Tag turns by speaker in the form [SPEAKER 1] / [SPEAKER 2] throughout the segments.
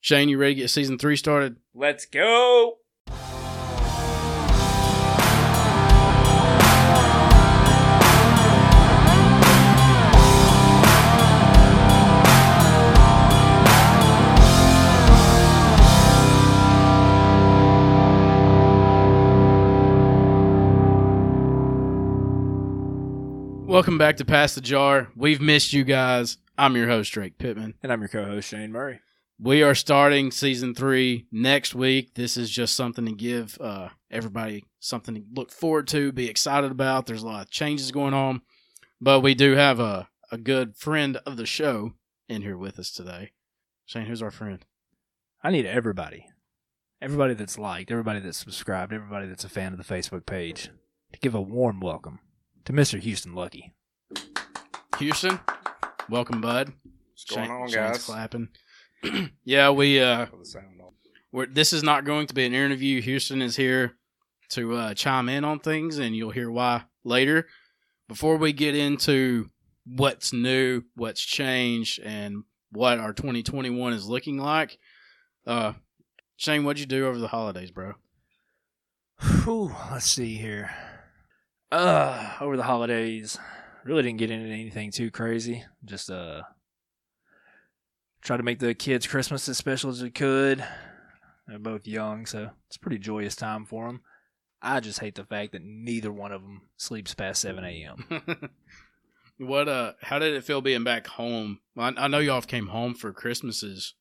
[SPEAKER 1] Shane, you ready to get season three started?
[SPEAKER 2] Let's go.
[SPEAKER 1] Welcome back to Pass the Jar. We've missed you guys. I'm your host, Drake Pittman.
[SPEAKER 2] And I'm your co-host Shane Murray.
[SPEAKER 1] We are starting season three next week. This is just something to give uh, everybody something to look forward to, be excited about. There's a lot of changes going on, but we do have a, a good friend of the show in here with us today. Shane, who's our friend?
[SPEAKER 2] I need everybody, everybody that's liked, everybody that's subscribed, everybody that's a fan of the Facebook page, to give a warm welcome to Mr. Houston Lucky.
[SPEAKER 1] Houston. Welcome, bud.
[SPEAKER 3] What's going
[SPEAKER 1] Shane-
[SPEAKER 3] on,
[SPEAKER 1] Shane's
[SPEAKER 3] guys?
[SPEAKER 1] clapping. yeah, we uh,
[SPEAKER 3] Put the sound on.
[SPEAKER 1] we're, this is not going to be an interview. Houston is here to uh, chime in on things, and you'll hear why later. Before we get into what's new, what's changed, and what our 2021 is looking like, uh, Shane, what'd you do over the holidays, bro?
[SPEAKER 2] Whew, let's see here. Uh, over the holidays, really didn't get into anything too crazy. Just uh, try to make the kids' Christmas as special as we could. They're both young, so it's a pretty joyous time for them. I just hate the fact that neither one of them sleeps past seven a.m.
[SPEAKER 1] what uh? How did it feel being back home? I, I know y'all came home for Christmases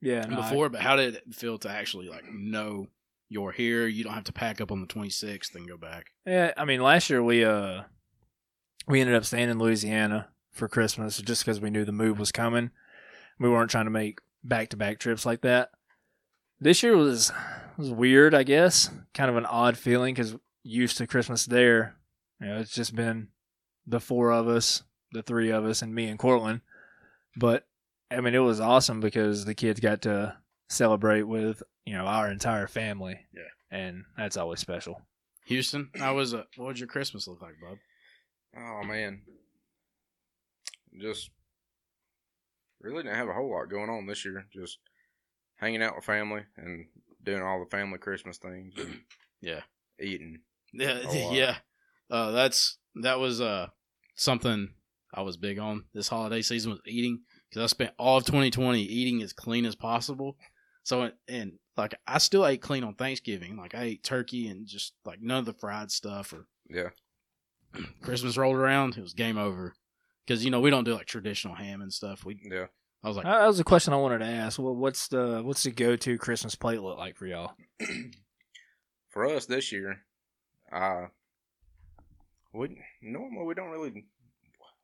[SPEAKER 2] Yeah, no, I-
[SPEAKER 1] before, but how did it feel to actually like know you're here? You don't have to pack up on the 26th and go back.
[SPEAKER 2] Yeah, I mean, last year we uh we ended up staying in Louisiana for Christmas just because we knew the move was coming. We weren't trying to make back to back trips like that. This year was was weird, I guess. Kind of an odd feeling because used to Christmas there. You know, it's just been the four of us, the three of us, and me and Cortland. But I mean, it was awesome because the kids got to celebrate with you know our entire family.
[SPEAKER 3] Yeah.
[SPEAKER 2] and that's always special.
[SPEAKER 1] Houston, how was uh, what would your Christmas look like, bub?
[SPEAKER 3] Oh man, just really didn't have a whole lot going on this year. Just hanging out with family and doing all the family Christmas things. And
[SPEAKER 1] Yeah.
[SPEAKER 3] eating.
[SPEAKER 1] Yeah,
[SPEAKER 3] A lot.
[SPEAKER 1] yeah. Uh, that's that was uh something I was big on this holiday season was eating because I spent all of 2020 eating as clean as possible. So and, and like I still ate clean on Thanksgiving. Like I ate turkey and just like none of the fried stuff or
[SPEAKER 3] Yeah,
[SPEAKER 1] Christmas rolled around, it was game over. Because you know we don't do like traditional ham and stuff. We
[SPEAKER 3] yeah.
[SPEAKER 1] I was like
[SPEAKER 2] Uh, that was a question I wanted to ask. Well, what's the what's the go to Christmas plate look like for y'all?
[SPEAKER 3] For us this year, uh, we normally we don't really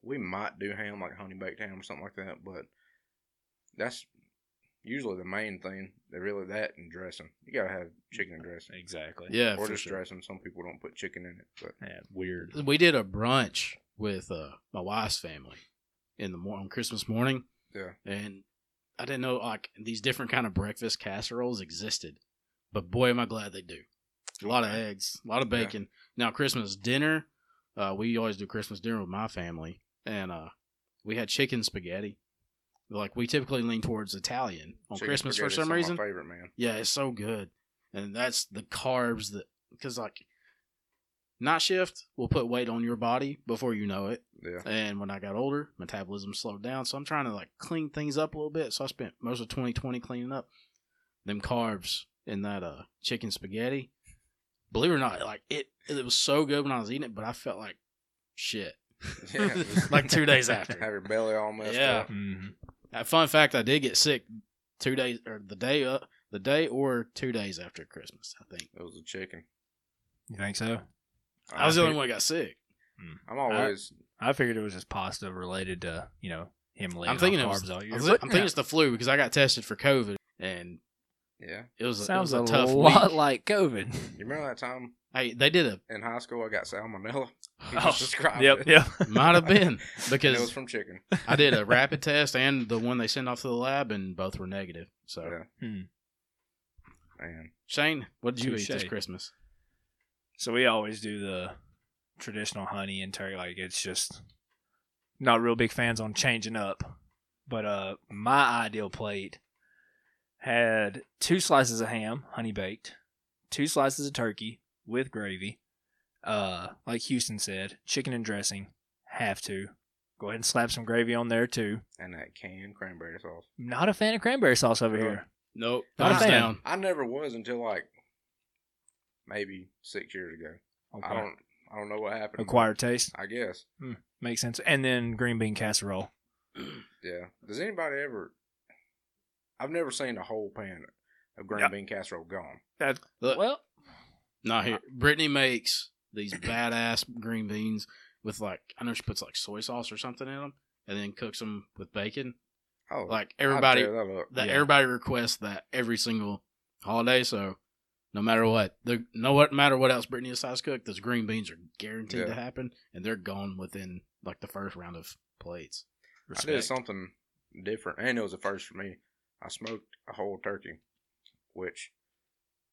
[SPEAKER 3] we might do ham like honey baked ham or something like that, but that's usually the main thing. They really that and dressing. You gotta have chicken and dressing.
[SPEAKER 2] Exactly.
[SPEAKER 1] yeah,
[SPEAKER 3] or
[SPEAKER 1] for
[SPEAKER 3] just
[SPEAKER 1] sure.
[SPEAKER 3] dressing. Some people don't put chicken in it, but
[SPEAKER 2] Yeah, weird.
[SPEAKER 1] we did a brunch with uh, my wife's family in the morning on Christmas morning.
[SPEAKER 3] Yeah.
[SPEAKER 1] and I didn't know like these different kind of breakfast casseroles existed, but boy, am I glad they do. A lot of eggs, a lot of
[SPEAKER 3] Yeah.
[SPEAKER 1] bacon. Now Christmas dinner, uh, we always do Christmas dinner with my family, and uh, we had chicken spaghetti. Like we typically lean towards Italian on
[SPEAKER 3] chicken
[SPEAKER 1] Christmas for
[SPEAKER 3] spaghetti's
[SPEAKER 1] some
[SPEAKER 3] my
[SPEAKER 1] reason.
[SPEAKER 3] favorite man.
[SPEAKER 1] Yeah, it's so good. And that's the carbs that, because like, night shift will put weight on your body before you know it.
[SPEAKER 3] Yeah,
[SPEAKER 1] And when I got older, metabolism slowed down. So I'm trying to like clean things up a little bit. So I spent most of 2020 cleaning up them carbs in that uh chicken spaghetti. Believe it or not, like it, it was so good when I was eating it, but I felt like shit.
[SPEAKER 3] yeah.
[SPEAKER 1] like two days
[SPEAKER 3] have
[SPEAKER 1] after.
[SPEAKER 3] your belly all messed
[SPEAKER 1] Yeah.
[SPEAKER 3] up.
[SPEAKER 2] Mm-hmm.
[SPEAKER 1] Uh, Fun fact: I did get sick two days or the day uh, the day or two days after Christmas. I think
[SPEAKER 3] It was a chicken.
[SPEAKER 2] You think so?
[SPEAKER 1] I was the
[SPEAKER 3] I'm-
[SPEAKER 1] only one that got sick.
[SPEAKER 3] I'm always
[SPEAKER 2] I figured it was just pasta related to you know him laying
[SPEAKER 1] I'm thinking it
[SPEAKER 2] off
[SPEAKER 1] was-
[SPEAKER 2] carbs all year.
[SPEAKER 1] I'm, thi- I'm thinking it's the flu because I got tested for COVID and
[SPEAKER 3] yeah.
[SPEAKER 1] it was,
[SPEAKER 2] sounds
[SPEAKER 1] it
[SPEAKER 2] a,
[SPEAKER 1] was a, tough
[SPEAKER 2] lot
[SPEAKER 1] week.
[SPEAKER 2] like COVID.
[SPEAKER 3] You remember that time
[SPEAKER 1] Hey, they did a
[SPEAKER 3] in high school I got salmonella? He
[SPEAKER 2] Oh,
[SPEAKER 3] just described
[SPEAKER 2] yep,
[SPEAKER 3] it.
[SPEAKER 2] yep.
[SPEAKER 1] might have been
[SPEAKER 3] And it was
[SPEAKER 1] because
[SPEAKER 3] from chicken.
[SPEAKER 1] I did a rapid test and the one they sent off to the lab and both were negative. So
[SPEAKER 3] Yeah.
[SPEAKER 2] Hmm.
[SPEAKER 3] Man,
[SPEAKER 1] Shane, what did you eat this
[SPEAKER 2] Touche.
[SPEAKER 1] Christmas?
[SPEAKER 2] So we always do the traditional honey and turkey. Like it's just not real big fans on changing up. But uh my ideal plate had two slices of ham, honey baked, two slices of turkey with gravy. Uh, like Houston said, chicken and dressing. Have to. Go ahead and slap some gravy on there too.
[SPEAKER 3] and that canned cranberry sauce.
[SPEAKER 2] Not a fan of cranberry sauce over
[SPEAKER 3] Really?
[SPEAKER 2] here.
[SPEAKER 1] Nope.
[SPEAKER 2] Not a
[SPEAKER 1] Thumbs
[SPEAKER 2] fan.
[SPEAKER 1] down.
[SPEAKER 3] I never was until like maybe six years ago. I don't I don't know what happened. but
[SPEAKER 2] Acquired taste.
[SPEAKER 3] I guess.
[SPEAKER 2] Makes sense. And then green bean casserole.
[SPEAKER 3] Yeah. Does anybody ever? I've never seen a whole pan of green
[SPEAKER 2] Yeah.
[SPEAKER 3] bean casserole gone.
[SPEAKER 1] Look,
[SPEAKER 2] Well,
[SPEAKER 1] not here. Brittany makes these badass green beans with like I know she puts like soy sauce or something in them, and then cooks them with bacon.
[SPEAKER 3] Oh,
[SPEAKER 1] Like
[SPEAKER 3] I'll
[SPEAKER 1] everybody,
[SPEAKER 3] tear that up.
[SPEAKER 1] that
[SPEAKER 2] Yeah.
[SPEAKER 1] everybody requests that every single holiday. So no matter what, the no what matter what else Brittany decides to cook, those green beans are guaranteed to
[SPEAKER 3] Yeah.
[SPEAKER 1] happen, and they're gone within like the first round of plates.
[SPEAKER 3] I did something different, and it was a first for me. I smoked a whole turkey, which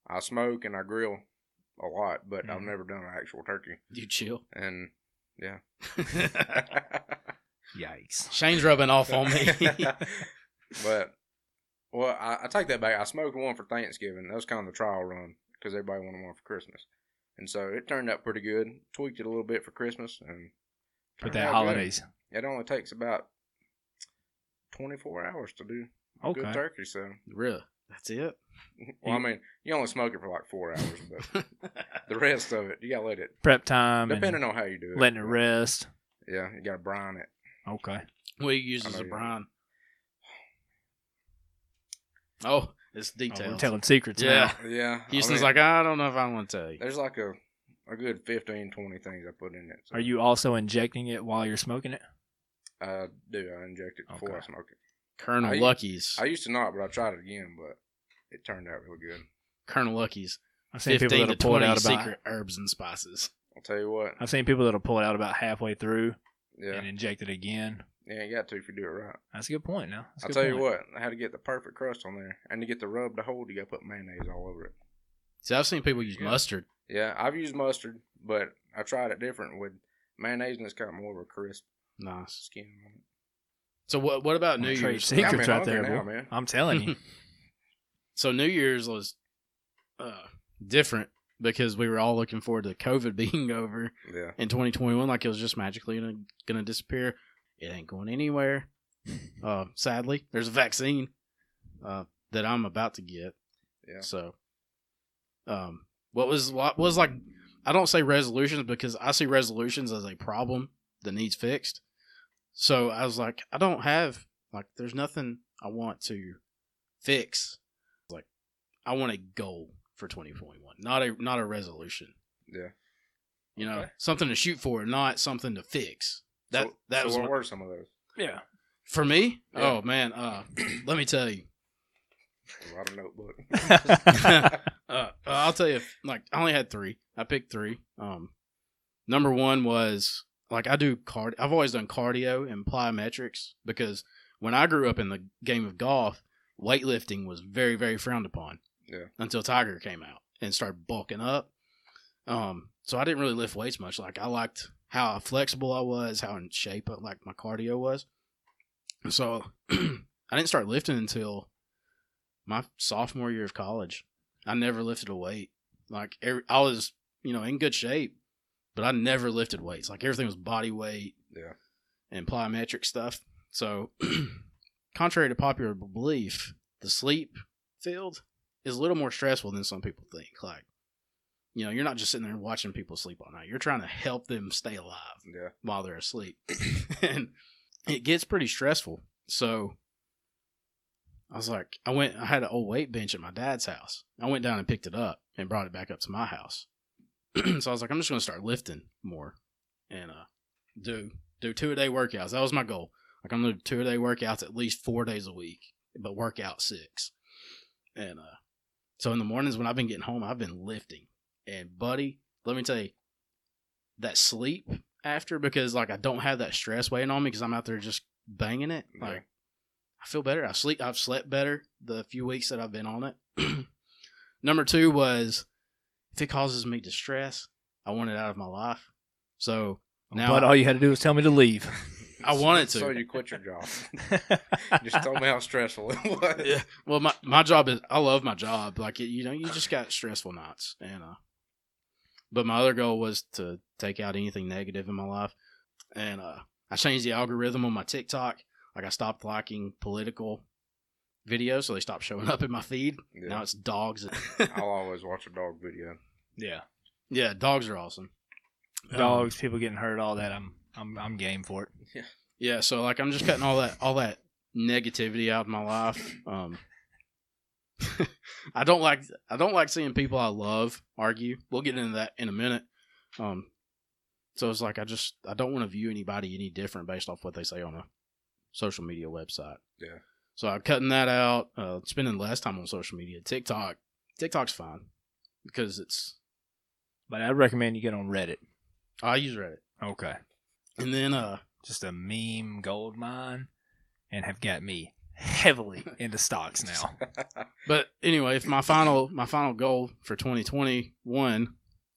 [SPEAKER 3] I smoke and I grill a lot, but I've
[SPEAKER 2] Mhm.
[SPEAKER 3] never done an actual turkey.
[SPEAKER 1] You chill.
[SPEAKER 3] And yeah,
[SPEAKER 2] Yikes.
[SPEAKER 1] Shane's rubbing off on me.
[SPEAKER 3] but well, I, I take that back. I smoked one for Thanksgiving. That was kind of the trial run because everybody wanted one for Christmas, and so it turned out pretty good. Tweaked it a little bit for Christmas, and
[SPEAKER 2] But
[SPEAKER 3] turned
[SPEAKER 2] that
[SPEAKER 3] out
[SPEAKER 2] holidays.
[SPEAKER 3] good. It only takes about twenty four hours to do a good
[SPEAKER 2] Okay.
[SPEAKER 3] turkey. So,
[SPEAKER 1] really, that's it.
[SPEAKER 3] well, I
[SPEAKER 2] You-
[SPEAKER 3] mean, you only smoke it for like four hours, but the rest of it you gotta let it.
[SPEAKER 2] Prep time.
[SPEAKER 3] Depending
[SPEAKER 2] Depending
[SPEAKER 3] on how you do it,
[SPEAKER 2] on letting it rest.
[SPEAKER 3] Yeah, you gotta brine it.
[SPEAKER 2] Okay. Oh,
[SPEAKER 1] What you use
[SPEAKER 3] I
[SPEAKER 1] as
[SPEAKER 3] know
[SPEAKER 1] a
[SPEAKER 3] you-
[SPEAKER 1] brine? Oh, it's
[SPEAKER 2] Oh,
[SPEAKER 1] details.
[SPEAKER 2] we're telling secrets.
[SPEAKER 1] Yeah.
[SPEAKER 2] now.
[SPEAKER 3] Yeah, I
[SPEAKER 1] Houston's
[SPEAKER 3] mean,
[SPEAKER 1] like, I don't know if I want to tell you.
[SPEAKER 3] there's like a a good 15, 20 things I put in it. so-
[SPEAKER 2] Are you also injecting it while you're smoking it?
[SPEAKER 3] I do. I inject it before I
[SPEAKER 2] Okay.
[SPEAKER 3] smoke it.
[SPEAKER 1] Colonel
[SPEAKER 3] I-
[SPEAKER 1] Lucky's.
[SPEAKER 3] I used to not, but I tried it again, but it turned out really good.
[SPEAKER 1] Colonel Lucky's.
[SPEAKER 2] I've seen people
[SPEAKER 1] Fifteen to
[SPEAKER 2] that'll pull it
[SPEAKER 1] twenty
[SPEAKER 2] out about.
[SPEAKER 1] secret herbs and spices.
[SPEAKER 3] I'll tell you what.
[SPEAKER 2] I've seen people that'll pull it out about halfway through
[SPEAKER 3] Yeah,
[SPEAKER 2] and inject it again.
[SPEAKER 3] yeah, you got to if you do it right.
[SPEAKER 2] That's a good point. Now That's a
[SPEAKER 3] I'll
[SPEAKER 2] good
[SPEAKER 3] tell you
[SPEAKER 2] point.
[SPEAKER 3] what. How to get the perfect crust on there, and to get the rub to hold, you got to put mayonnaise all over it.
[SPEAKER 1] See, I've seen people use
[SPEAKER 3] Yeah.
[SPEAKER 1] mustard.
[SPEAKER 3] Yeah, I've used mustard, but I tried it different with mayonnaise, and it's got more of a crisp
[SPEAKER 1] Nice.
[SPEAKER 3] skin. on it.
[SPEAKER 1] So what? What about
[SPEAKER 2] I'm
[SPEAKER 1] New
[SPEAKER 2] gonna trade
[SPEAKER 1] Year's?
[SPEAKER 2] secret- Secrets
[SPEAKER 3] I'm
[SPEAKER 2] right there,
[SPEAKER 3] hungry
[SPEAKER 2] boy. I'm telling you.
[SPEAKER 1] So New Year's was uh, different because we were all looking forward to COVID being over
[SPEAKER 3] Yeah,
[SPEAKER 1] in 2021, like it was just magically gonna, gonna disappear. It ain't going anywhere. Uh, sadly, there's a vaccine uh, that I'm about to get.
[SPEAKER 3] yeah.
[SPEAKER 1] So, um, what was what was like? I don't say resolutions because I see resolutions as a problem that needs fixed. So I was like, I don't have like, there's nothing I want to fix. Like, I want a goal for 2021, not a not a resolution.
[SPEAKER 3] Yeah.
[SPEAKER 1] You know,
[SPEAKER 3] Okay.
[SPEAKER 1] something to shoot for, not something to fix. That
[SPEAKER 3] so,
[SPEAKER 1] that
[SPEAKER 3] so
[SPEAKER 1] was
[SPEAKER 3] what
[SPEAKER 1] what-
[SPEAKER 3] were some of those?
[SPEAKER 2] yeah.
[SPEAKER 1] for me.
[SPEAKER 3] Yeah.
[SPEAKER 1] Oh man, uh, let me tell you.
[SPEAKER 3] A lot of notebook.
[SPEAKER 1] Uh, I'll tell you, like I only had three. I picked three. Um, number one was like I do card. I've always done cardio and plyometrics because when I grew up in the game of golf, weightlifting was very very frowned upon.
[SPEAKER 3] Yeah.
[SPEAKER 1] Until Tiger came out and started bulking up. Um, so I didn't really lift weights much. Like I liked how flexible I was, how in shape uh, like my cardio was. So I didn't start lifting until my sophomore year of college. I never lifted a weight. Like every, I was, you know, in good shape, but I never lifted weights. Like everything was body weight
[SPEAKER 3] Yeah.
[SPEAKER 1] and plyometric stuff. So, contrary to popular belief, the sleep field is a little more stressful than some people think. Like, you know, you're not just sitting there watching people sleep all night. You're trying to help them stay alive
[SPEAKER 3] Yeah,
[SPEAKER 1] while they're asleep. and it gets pretty stressful. So I was like, I went, I had an old weight bench at my dad's house. I went down and picked it up and brought it back up to my house. so I was like, I'm just going to start lifting more and uh, do do two a day workouts. That was my goal. Like I'm going to do two a day workouts at least four days a week, but work out six. And uh, so in the mornings when I've been getting home, I've been lifting. And buddy, let me tell you, that sleep after because like I don't have that stress weighing on me because I'm out there just banging it.
[SPEAKER 3] Yeah.
[SPEAKER 1] Like I feel better. I sleep. I've slept better the few weeks that I've been on it. Number two was if it causes me distress, I want it out of my life. So now
[SPEAKER 2] but all you had to do was tell me to leave.
[SPEAKER 1] I wanted to.
[SPEAKER 3] So you quit your job. just told me how stressful it was.
[SPEAKER 1] Yeah. Well, my, my job is I love my job. Like you know, you just got stressful nights, and uh, but my other goal was to take out anything negative in my life, and uh, I changed the algorithm on my TikTok. Like I stopped liking political videos, so they stopped showing up in my feed.
[SPEAKER 3] Yeah.
[SPEAKER 1] Now it's dogs.
[SPEAKER 3] I'll always watch a dog video.
[SPEAKER 2] yeah,
[SPEAKER 1] yeah, dogs are awesome. Um,
[SPEAKER 2] dogs, people getting hurt, all that. I'm I'm I'm game for it.
[SPEAKER 1] yeah so like i'm just cutting all that all that negativity out of my life um i don't like i don't like seeing people i love argue we'll get into that in a minute um so it's like i just i don't want to view anybody any different based off what they say on a social media website
[SPEAKER 3] Yeah.
[SPEAKER 1] so i'm cutting that out uh spending less time on social media tiktok tiktok's fine because it's
[SPEAKER 2] But I'd recommend you get on Reddit.
[SPEAKER 1] i use reddit
[SPEAKER 2] Okay,
[SPEAKER 1] and then uh
[SPEAKER 2] just a meme gold mine, and have got me heavily into stocks now.
[SPEAKER 1] But anyway, if my final my final goal for 2021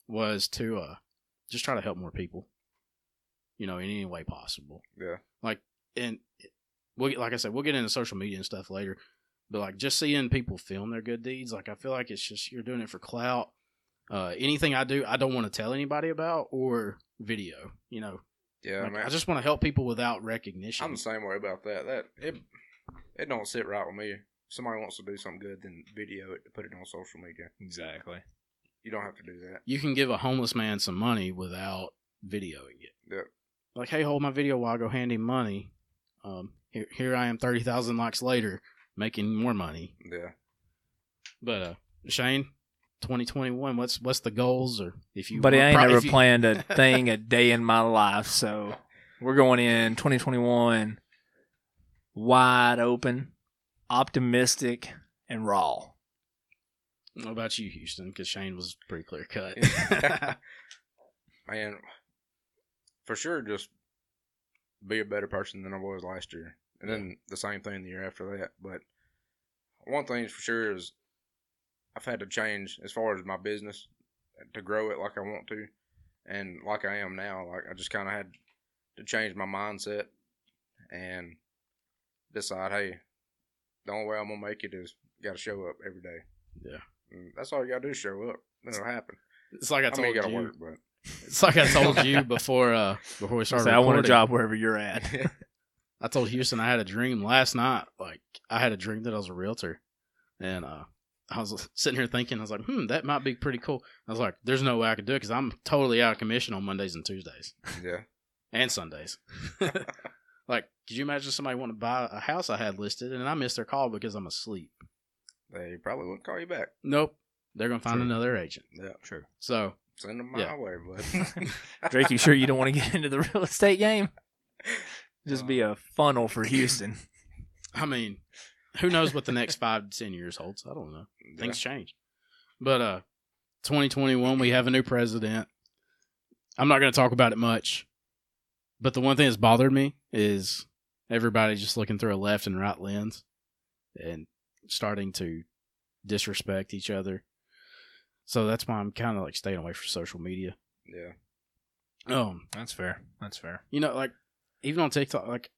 [SPEAKER 1] was to uh just try to help more people, you know, in any way possible.
[SPEAKER 3] Yeah.
[SPEAKER 1] Like and we'll get like I said, we'll get into social media and stuff later. But like just seeing people film their good deeds, like I feel like it's just you're doing it for clout. Uh, anything I do, I don't want to tell anybody about or video. You know,
[SPEAKER 3] Yeah,
[SPEAKER 1] Like,
[SPEAKER 3] man.
[SPEAKER 1] I just want to help people without recognition.
[SPEAKER 3] I'm the same way about that. That it it don't sit right with me. If somebody wants to do something good, then video it, put it on social media.
[SPEAKER 2] Exactly.
[SPEAKER 3] You don't have to do that.
[SPEAKER 1] you can give a homeless man some money without videoing it.
[SPEAKER 3] Yep.
[SPEAKER 1] Like, hey, hold my video while I go hand him money. Um, here, here I am, thirty thousand likes later, making more money.
[SPEAKER 3] Yeah.
[SPEAKER 1] But uh, Shane, twenty twenty one. What's what's the goals or if you?
[SPEAKER 2] but I ain't
[SPEAKER 1] pro-
[SPEAKER 2] never
[SPEAKER 1] if you-
[SPEAKER 2] planned a thing a day in my life. So we're going in 2021 wide open, optimistic, and raw.
[SPEAKER 1] What about you, Houston? Because Shane was pretty clear cut.
[SPEAKER 3] man, for sure, just be a better person than I was last year, and then the same thing the year after that. But one thing's for sure is I've had to change as far as my business to grow it like I want to, and like I am now. Like I just kind of had to change my mindset and decide, hey, the only way I'm gonna make it is got to show up every day.
[SPEAKER 1] Yeah.
[SPEAKER 3] And that's all you gotta do is show up. Then it'll happen.
[SPEAKER 1] It's like I
[SPEAKER 3] I mean,
[SPEAKER 1] told
[SPEAKER 3] you gotta
[SPEAKER 1] you.
[SPEAKER 3] work, but
[SPEAKER 1] It's like I told you before. Uh, before we started.
[SPEAKER 2] So I want a
[SPEAKER 1] recording.
[SPEAKER 2] job wherever you're at.
[SPEAKER 1] I told Houston I had a dream last night. Like I had a dream that I was a realtor, and uh, I was sitting here thinking, I was like, hmm, that might be pretty cool. I was like, there's no way I could do it because I'm totally out of commission on Mondays and Tuesdays
[SPEAKER 3] yeah.
[SPEAKER 1] and Sundays. like, could you imagine somebody wanting to buy a house I had listed and I missed their call because I'm asleep?
[SPEAKER 3] They probably wouldn't call you back.
[SPEAKER 1] Nope, they're gonna find
[SPEAKER 2] True.
[SPEAKER 1] another agent.
[SPEAKER 3] Yeah,
[SPEAKER 2] True.
[SPEAKER 1] So
[SPEAKER 3] send them my
[SPEAKER 1] Yeah.
[SPEAKER 3] way, bud.
[SPEAKER 2] Drake, you sure you don't want to get into the real estate game? Just
[SPEAKER 1] Uh,
[SPEAKER 2] be a funnel for Houston.
[SPEAKER 1] I mean, who knows what the next five to ten years holds? I don't know.
[SPEAKER 3] Yeah.
[SPEAKER 1] things change. But uh 2021 we have a new president. I'm not going to talk about it much. But the one thing that's bothered me is everybody just looking through a left and right lens and starting to disrespect each other. So that's why I'm kind of like staying away from social media.
[SPEAKER 3] Yeah,
[SPEAKER 1] Um,
[SPEAKER 2] That's fair. That's fair.
[SPEAKER 1] you know, like even on TikTok, like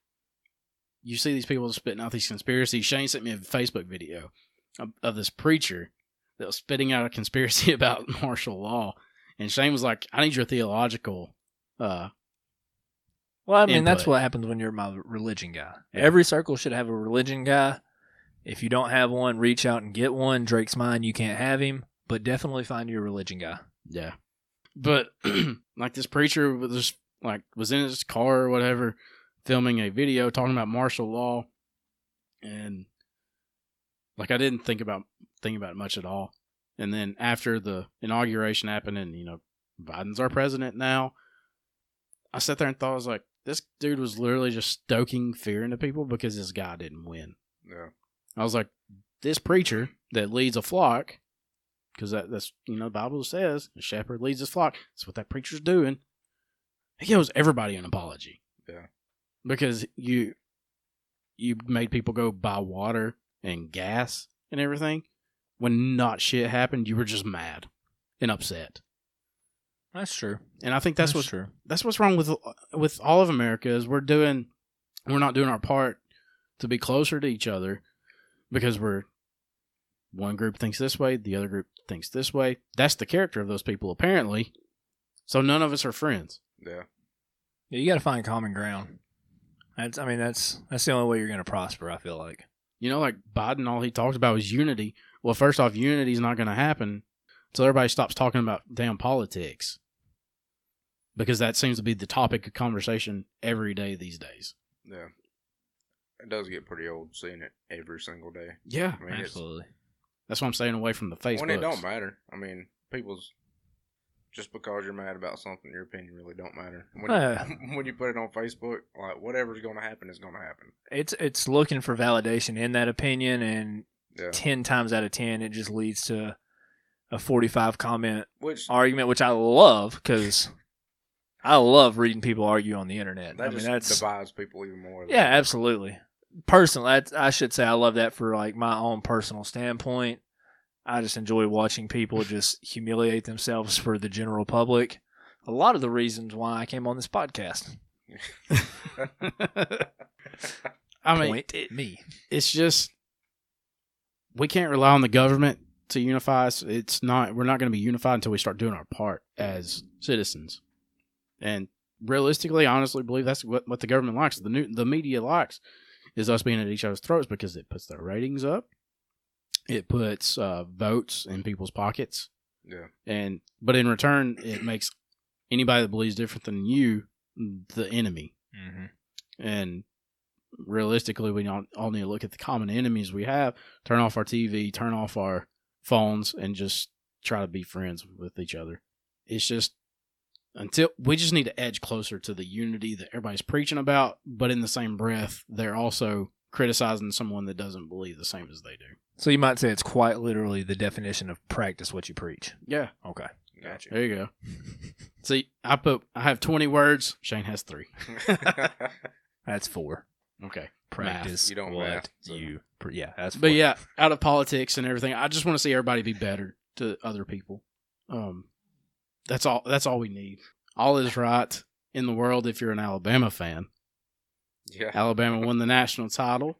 [SPEAKER 1] you see these people spitting out these conspiracies. Shane sent me a Facebook video of, of this preacher that was spitting out a conspiracy about martial law, and Shane was like, "I need your theological." Uh,
[SPEAKER 2] Well, I mean, that's
[SPEAKER 1] Input.
[SPEAKER 2] what happens when you're my religion guy.
[SPEAKER 1] Yeah.
[SPEAKER 2] Every circle should have a religion guy. If you don't have one, reach out and get one. Drake's mine. You can't have him, but definitely find your religion guy.
[SPEAKER 1] yeah, but like this preacher was just like was in his car or whatever, filming a video talking about martial law, and like I didn't think about think about it much at all. And then after the inauguration happened, and you know, Biden's our president now, I sat there and thought, I was like, this dude was literally just stoking fear into people because this guy didn't win.
[SPEAKER 3] yeah,
[SPEAKER 1] I was like, this preacher that leads a flock, because that, that's, you know, the Bible says, the shepherd leads his flock. That's what that preacher's doing. He owes everybody an apology.
[SPEAKER 3] Yeah.
[SPEAKER 1] Because you, you made people go buy water and gas and everything. When not shit happened, you were just mad and upset.
[SPEAKER 2] That's true.
[SPEAKER 1] And I think that's, what's
[SPEAKER 2] true.
[SPEAKER 1] that's what's wrong with with all of America is we're doing we're not doing our part to be closer to each other because we're one group thinks this way, the other group thinks this way. That's the character of those people, apparently. So none of us are friends.
[SPEAKER 3] Yeah.
[SPEAKER 2] Yeah, you got to find common ground. That's, I mean, that's that's the only way you're going to prosper. I feel like.
[SPEAKER 1] You know, like Biden, all he talked about was unity. Well, first off, unity's not going to happen. So everybody stops talking about damn politics because that seems to be the topic of conversation every day these days.
[SPEAKER 3] Yeah. It does get pretty old seeing it every single day.
[SPEAKER 1] Yeah.
[SPEAKER 3] I mean, it's-
[SPEAKER 1] That's why I'm staying away from the Facebook.
[SPEAKER 3] when it don't matter. I mean, people's just because you're mad about something, your opinion really don't matter. When,
[SPEAKER 2] Uh.
[SPEAKER 3] when you put it on Facebook, like whatever's going to happen is going to happen.
[SPEAKER 2] It's it's looking for validation in that opinion, and
[SPEAKER 3] Yeah.
[SPEAKER 2] ten times out of ten, it just leads to a forty-five comment
[SPEAKER 3] Which
[SPEAKER 2] argument, which I love because I love reading people argue on the internet.
[SPEAKER 3] that
[SPEAKER 2] I mean,
[SPEAKER 3] just
[SPEAKER 2] that's
[SPEAKER 3] divides people even more.
[SPEAKER 2] yeah, absolutely. Personally, that's, I should say I love that for like my own personal standpoint. I just enjoy watching people just humiliate themselves for the general public. A lot of the reasons why I came on this podcast.
[SPEAKER 1] I mean,
[SPEAKER 2] Point at me.
[SPEAKER 1] it's just we can't rely on the government to unify us. It's not we're not going to be unified until we start doing our part as citizens. And realistically, I honestly believe that's what, what the government likes. The new the media likes is us being at each other's throats because it puts their ratings up. It puts uh, votes in people's pockets,
[SPEAKER 3] Yeah.
[SPEAKER 1] and but in return, it makes anybody that believes different than you the enemy.
[SPEAKER 2] Mm-hmm.
[SPEAKER 1] And realistically, we all, all need to look at the common enemies we have, turn off our TV, turn off our phones, and just try to be friends with each other. It's just until we just need to edge closer to the unity that everybody's preaching about, but in the same breath, they're also criticizing someone that doesn't believe the same as they do.
[SPEAKER 2] So you might say it's quite literally the definition of practice what you preach.
[SPEAKER 1] Yeah.
[SPEAKER 2] Okay.
[SPEAKER 3] Gotcha.
[SPEAKER 1] There you go. See, I put I have 20 words, Shane has 3.
[SPEAKER 2] That's four.
[SPEAKER 1] Okay.
[SPEAKER 2] Practice
[SPEAKER 3] You don't
[SPEAKER 2] what
[SPEAKER 3] math, so-
[SPEAKER 2] you pre- yeah, that's
[SPEAKER 1] But
[SPEAKER 2] four.
[SPEAKER 1] yeah, out of politics and everything, I just want to see everybody be better to other people. Um, that's all. That's all we need. All is right in the world if you're an Alabama fan.
[SPEAKER 3] yeah.
[SPEAKER 1] Alabama won the national title.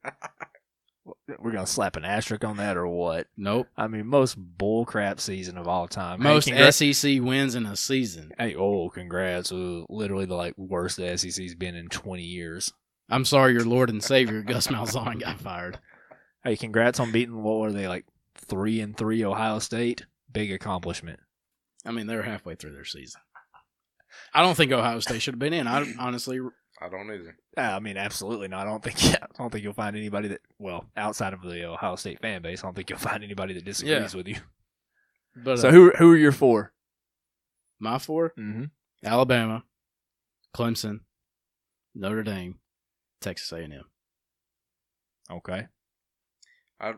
[SPEAKER 2] we're gonna slap an asterisk on that or what?
[SPEAKER 1] Nope.
[SPEAKER 2] I mean, most bullcrap season of all time.
[SPEAKER 1] Most
[SPEAKER 2] hey, congra-
[SPEAKER 1] SEC wins in a season.
[SPEAKER 2] hey, oh, congrats! Uh, literally the like worst the SEC's been in twenty years.
[SPEAKER 1] I'm sorry, your Lord and Savior Gus Malzahn got fired.
[SPEAKER 2] Hey, congrats on beating what were they like three and three Ohio State? Big accomplishment.
[SPEAKER 1] I mean, they're halfway through their season. I don't think Ohio State should have been in. I honestly,
[SPEAKER 3] I don't either.
[SPEAKER 2] Uh, I mean, absolutely not. I don't think I don't think you'll find anybody that well outside of the Ohio State fan base. I don't think you'll find anybody that disagrees with you.
[SPEAKER 1] but
[SPEAKER 2] So
[SPEAKER 1] uh,
[SPEAKER 2] who who are your 4
[SPEAKER 1] my four:
[SPEAKER 2] Mm-hmm.
[SPEAKER 1] Alabama, Clemson, Notre Dame, Texas A&M.
[SPEAKER 2] Okay.
[SPEAKER 3] I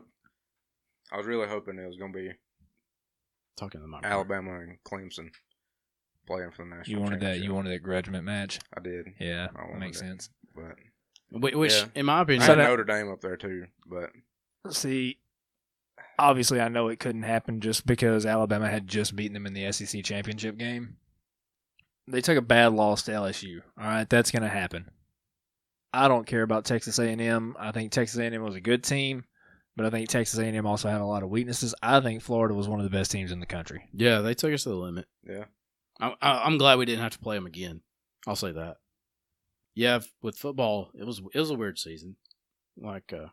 [SPEAKER 3] I was really hoping it was going to be
[SPEAKER 1] Talking to my
[SPEAKER 3] Alabama and Clemson playing for the national.
[SPEAKER 2] You wanted that. You
[SPEAKER 3] championship.
[SPEAKER 2] wanted that graduate match.
[SPEAKER 3] I did,
[SPEAKER 2] Yeah,
[SPEAKER 3] I wanted
[SPEAKER 2] makes
[SPEAKER 3] that.
[SPEAKER 2] sense.
[SPEAKER 3] but
[SPEAKER 1] Wh- Which,
[SPEAKER 3] Yeah.
[SPEAKER 1] in my
[SPEAKER 3] I
[SPEAKER 1] opinion,
[SPEAKER 2] So
[SPEAKER 3] had
[SPEAKER 2] that-
[SPEAKER 3] Notre Dame up there too. But
[SPEAKER 2] See, obviously, I know it couldn't happen just because Alabama had just beaten them in the SEC championship game. They took a bad loss to LSU. All right, that's going to happen. I don't care about Texas A&M. I think Texas A&M was a good team, but I think Texas A&M also had a lot of weaknesses. I think Florida was one of the best teams in the country.
[SPEAKER 1] yeah, they took us to the limit.
[SPEAKER 3] yeah,
[SPEAKER 1] I, I, I'm glad we didn't have to play them again. I'll say that. Yeah, f- with football, it was it was a weird season. Like, uh,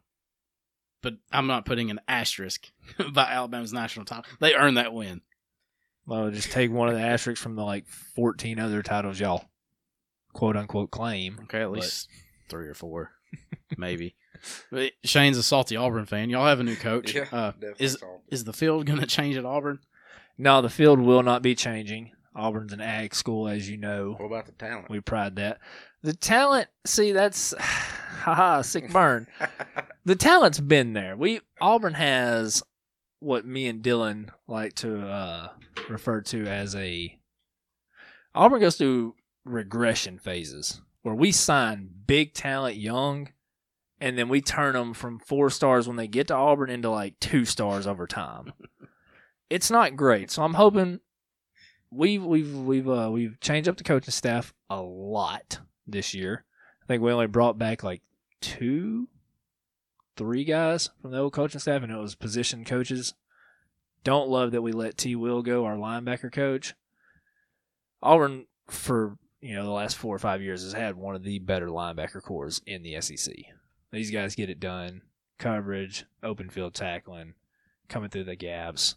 [SPEAKER 1] but I'm not putting an asterisk by Alabama's national title. They earned that win.
[SPEAKER 2] Well, just take one of the asterisks from the like 14 other titles y'all quote unquote claim.
[SPEAKER 1] Okay, at
[SPEAKER 2] But-
[SPEAKER 1] least three or four, maybe. But Shane's a salty Auburn fan. Y'all have a new coach.
[SPEAKER 3] yeah,
[SPEAKER 1] Uh,
[SPEAKER 3] definitely
[SPEAKER 1] is
[SPEAKER 3] solved it.
[SPEAKER 1] is the field gonna change at Auburn?
[SPEAKER 2] No, the field will not be changing. Auburn's an ag school, as you know.
[SPEAKER 3] What about the talent?
[SPEAKER 2] We pride that. The talent, see, that's haha, sick burn. The talent's been there. We Auburn has what me and Dylan like to uh, refer to as a Auburn goes through regression phases where we sign big talent young, and then we turn them from four stars when they get to Auburn into like two stars over time. it's not great, so I'm hoping we we've we've uh, we've changed up the coaching staff a lot this year. I think we only brought back like two, three guys from the old coaching staff, and it was position coaches. Don't love that we let T. Will go, our linebacker coach. Auburn, for you know the last four or five years, has had one of the better linebacker cores in the SEC. These guys get it done: coverage, open field tackling, coming through the gaps.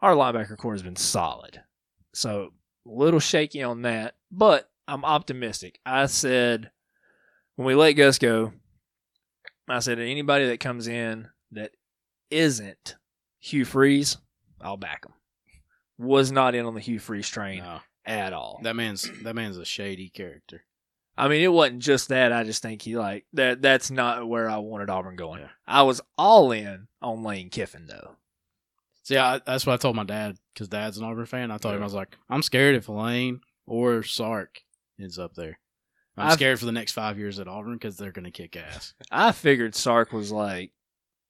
[SPEAKER 2] Our linebacker core has been solid, so a little shaky on that, but I'm optimistic. I said when we let Gus go, I said anybody that comes in that isn't Hugh Freeze, I'll back him. Was not in on the Hugh Freeze train
[SPEAKER 1] No,
[SPEAKER 2] at all.
[SPEAKER 1] that man's that man's a shady character.
[SPEAKER 2] I mean, it wasn't just that. I just think he like that. That's not where I wanted Auburn going.
[SPEAKER 1] Yeah.
[SPEAKER 2] I was all in on Lane Kiffin though.
[SPEAKER 1] See, I, that's what I told my dad because dad's an Auburn fan. I told him I was like, I'm scared if Lane or Sark ends up there. I'm
[SPEAKER 2] I've-
[SPEAKER 1] scared for the next five years at Auburn because they're gonna kick ass.
[SPEAKER 2] I figured Sark was like,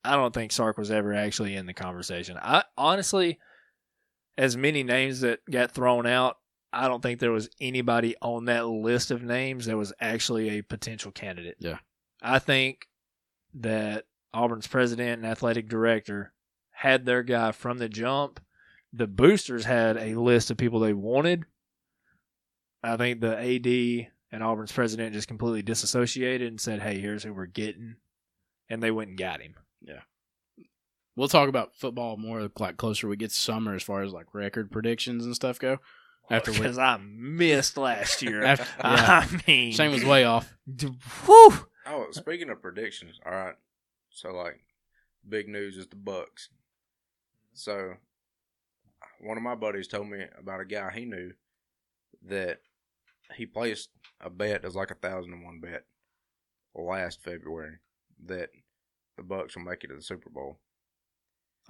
[SPEAKER 2] I don't think Sark was ever actually in the conversation. I honestly, as many names that got thrown out, I don't think there was anybody on that list of names that was actually a potential candidate.
[SPEAKER 1] Yeah.
[SPEAKER 2] I think that Auburn's president and athletic director had their guy from the jump. The boosters had a list of people they wanted. I think the AD and Auburn's president just completely disassociated and said, "Hey, here's who we're getting," and they went and got him.
[SPEAKER 1] we'll talk about football more like closer we get to summer as far as like record predictions and stuff go. After we,
[SPEAKER 2] because I missed last year.
[SPEAKER 1] after yeah,
[SPEAKER 2] I mean,
[SPEAKER 1] Shane was way off.
[SPEAKER 2] d- whew.
[SPEAKER 3] Oh, speaking of predictions, all right. So like, big news is the Bucks. So, one of my buddies told me about a guy he knew that he placed a bet as like a thousand and one bet last February that the Bucks will make it to the Super Bowl.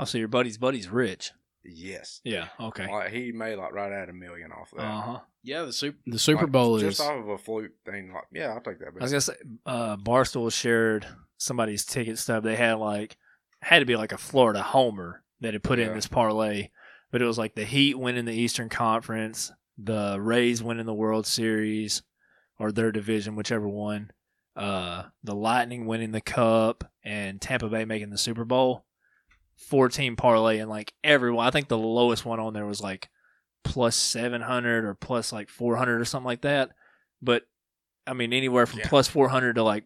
[SPEAKER 2] Oh, so your buddy's buddy's rich.
[SPEAKER 3] Yes,
[SPEAKER 2] Yeah. Okay.
[SPEAKER 3] like he made like right at a million off that.
[SPEAKER 2] Uh huh.
[SPEAKER 1] Yeah, the super the Super
[SPEAKER 3] Like,
[SPEAKER 1] Bowl
[SPEAKER 3] just
[SPEAKER 1] is
[SPEAKER 3] off of a fluke thing. Like, yeah, I'll take that
[SPEAKER 2] I was
[SPEAKER 3] bet.
[SPEAKER 2] gonna say, uh, Barstool shared somebody's ticket stub. They had like had to be like a Florida homer that had put in
[SPEAKER 3] Yeah.
[SPEAKER 2] this parlay, but it was like the Heat winning the Eastern Conference, the Rays winning the World Series or their division, whichever one, uh, the Lightning winning the Cup, and Tampa Bay making the Super Bowl. Four team parlay and like everyone. I think the lowest one on there was like plus seven hundred or plus like four hundred or something like that. But I mean, anywhere from
[SPEAKER 3] Yeah.
[SPEAKER 2] plus four hundred to like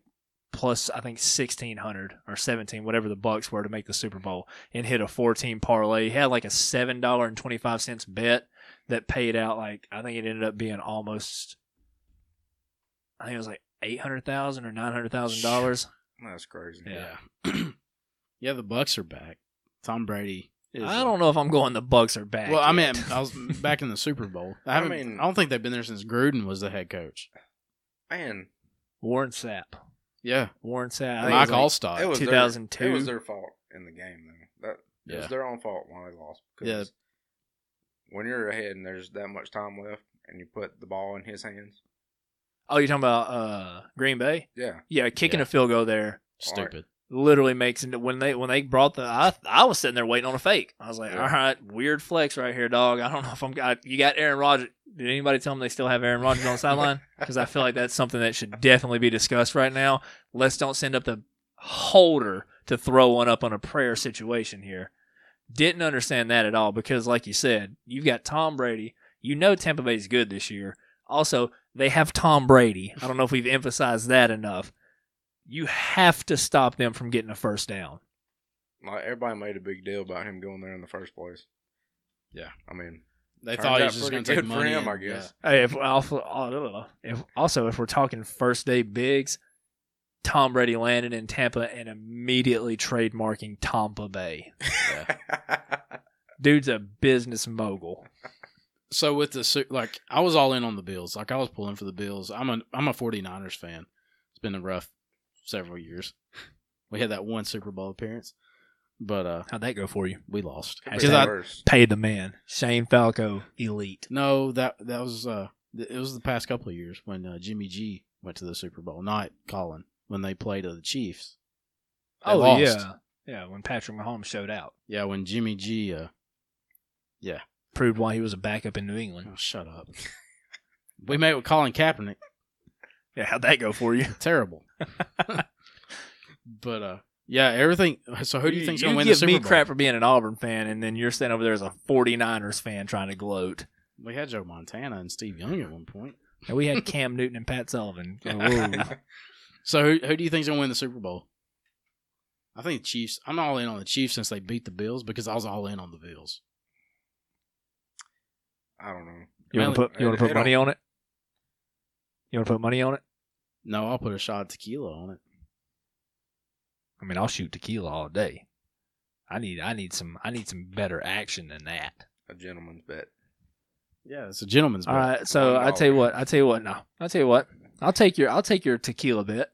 [SPEAKER 2] plus I think sixteen hundred or seventeen, whatever the bucks were to make the Super Bowl and hit a four team parlay. He had like a seven dollar and twenty five cents bet that paid out like I think it ended up being almost I think it was like eight hundred thousand or nine hundred thousand dollars.
[SPEAKER 3] That's crazy.
[SPEAKER 1] yeah. yeah, the Bucks are back. Tom Brady is
[SPEAKER 2] I don't know if I'm going the Bucks are back.
[SPEAKER 1] Well, I
[SPEAKER 2] yet.
[SPEAKER 1] mean, I was back in the Super Bowl. I,
[SPEAKER 3] I
[SPEAKER 1] haven't,
[SPEAKER 3] mean-
[SPEAKER 1] I don't think they've been there since Gruden was the head coach.
[SPEAKER 3] and
[SPEAKER 2] Warren Sapp.
[SPEAKER 1] Yeah,
[SPEAKER 2] Warren Sapp. I think it
[SPEAKER 1] Mike
[SPEAKER 2] was, like,
[SPEAKER 1] Allstott.
[SPEAKER 3] it was their-
[SPEAKER 2] 2002.
[SPEAKER 3] it was their fault in the game, though. That it
[SPEAKER 1] yeah,
[SPEAKER 3] was their own fault why they lost.
[SPEAKER 1] Yeah.
[SPEAKER 3] When you're ahead and there's that much time left, and you put the ball in his hands,
[SPEAKER 2] Oh, you're talking about uh, Green Bay?
[SPEAKER 3] yeah,
[SPEAKER 2] Yeah, kicking
[SPEAKER 1] Yeah.
[SPEAKER 2] a field goal there
[SPEAKER 1] stupid.
[SPEAKER 2] literally makes it when they when they brought the I, I was sitting there waiting on a fake. I was like,
[SPEAKER 3] Yeah.
[SPEAKER 2] all right, weird flex right here, dog. I don't know if I'm got you got Aaron Rodgers. Did anybody tell them they still have Aaron Rodgers on the sideline? Because I feel like that's something that should definitely be discussed right now. Let's don't send up the holder to throw one up on a prayer situation here. Didn't understand that at all because, like you said, you've got Tom Brady. You know Tampa Bay's good this year. Also, they have Tom Brady. I don't know if we've emphasized that enough you have to stop them from getting a first down.
[SPEAKER 3] like everybody made a big deal about him going there in the first place.
[SPEAKER 1] Yeah.
[SPEAKER 3] I mean,
[SPEAKER 1] They
[SPEAKER 3] Turned
[SPEAKER 1] thought he
[SPEAKER 3] out
[SPEAKER 1] was just going
[SPEAKER 3] pretty
[SPEAKER 1] to take
[SPEAKER 3] good for
[SPEAKER 1] money.
[SPEAKER 3] him, I
[SPEAKER 1] and-
[SPEAKER 3] guess.
[SPEAKER 2] Hey, if, also, uh, if also if we're talking first day bigs, Tom Brady landed in Tampa and immediately trademarking Tampa Bay. Dude's a business mogul.
[SPEAKER 1] So with the su- like, I was all in on the Bills. Like I was pulling for the Bills. I'm a I'm a 49ers fan. It's been a rough several years. We had that one Super Bowl appearance, but uh,
[SPEAKER 2] How'd that go for you?
[SPEAKER 1] we lost.
[SPEAKER 3] Could be
[SPEAKER 1] 'Cause I-
[SPEAKER 3] worse.
[SPEAKER 2] Pay the man, Shane Falco, elite.
[SPEAKER 1] No, that that was uh, th- it was the past couple of years when uh, Jimmy G went to the Super Bowl, not Colin when they played uh, the Chiefs.
[SPEAKER 3] Oh,
[SPEAKER 1] They lost.
[SPEAKER 2] Oh, yeah, yeah. When Patrick Mahomes showed out,
[SPEAKER 1] yeah. When Jimmy G, uh,
[SPEAKER 2] proved why he was a backup in New England.
[SPEAKER 1] oh, shut up. we made it with Colin Kaepernick.
[SPEAKER 2] Yeah, how'd that go for you?
[SPEAKER 1] Terrible. But uh, yeah, everything. So who do you think's gonna win
[SPEAKER 2] give
[SPEAKER 1] the Super
[SPEAKER 2] me
[SPEAKER 1] Bowl?
[SPEAKER 2] crap for being an Auburn fan, and then you're sitting over there as a 49ers fan trying to gloat.
[SPEAKER 1] We had Joe Montana and Steve Young at one point.
[SPEAKER 2] And we had Cam Newton and Pat Sullivan.
[SPEAKER 1] Oh, So who who do you think's gonna win the Super Bowl? I think the Chiefs. I'm all in on the Chiefs since they beat the Bills because I was all in on the Bills.
[SPEAKER 3] I don't know.
[SPEAKER 2] You want to put you want to
[SPEAKER 3] It-
[SPEAKER 2] put
[SPEAKER 3] it
[SPEAKER 2] money on it? You want to put money on it?
[SPEAKER 1] No, I'll put a shot of tequila on it.
[SPEAKER 2] I mean, I'll shoot tequila all day. I need I need some I need some better action than that.
[SPEAKER 3] A gentleman's bet.
[SPEAKER 1] Yeah, it's a gentleman's
[SPEAKER 2] All
[SPEAKER 1] bet.
[SPEAKER 2] right, so I tell you what, I tell you what, no, I tell you what, I'll take your I'll take your tequila bet.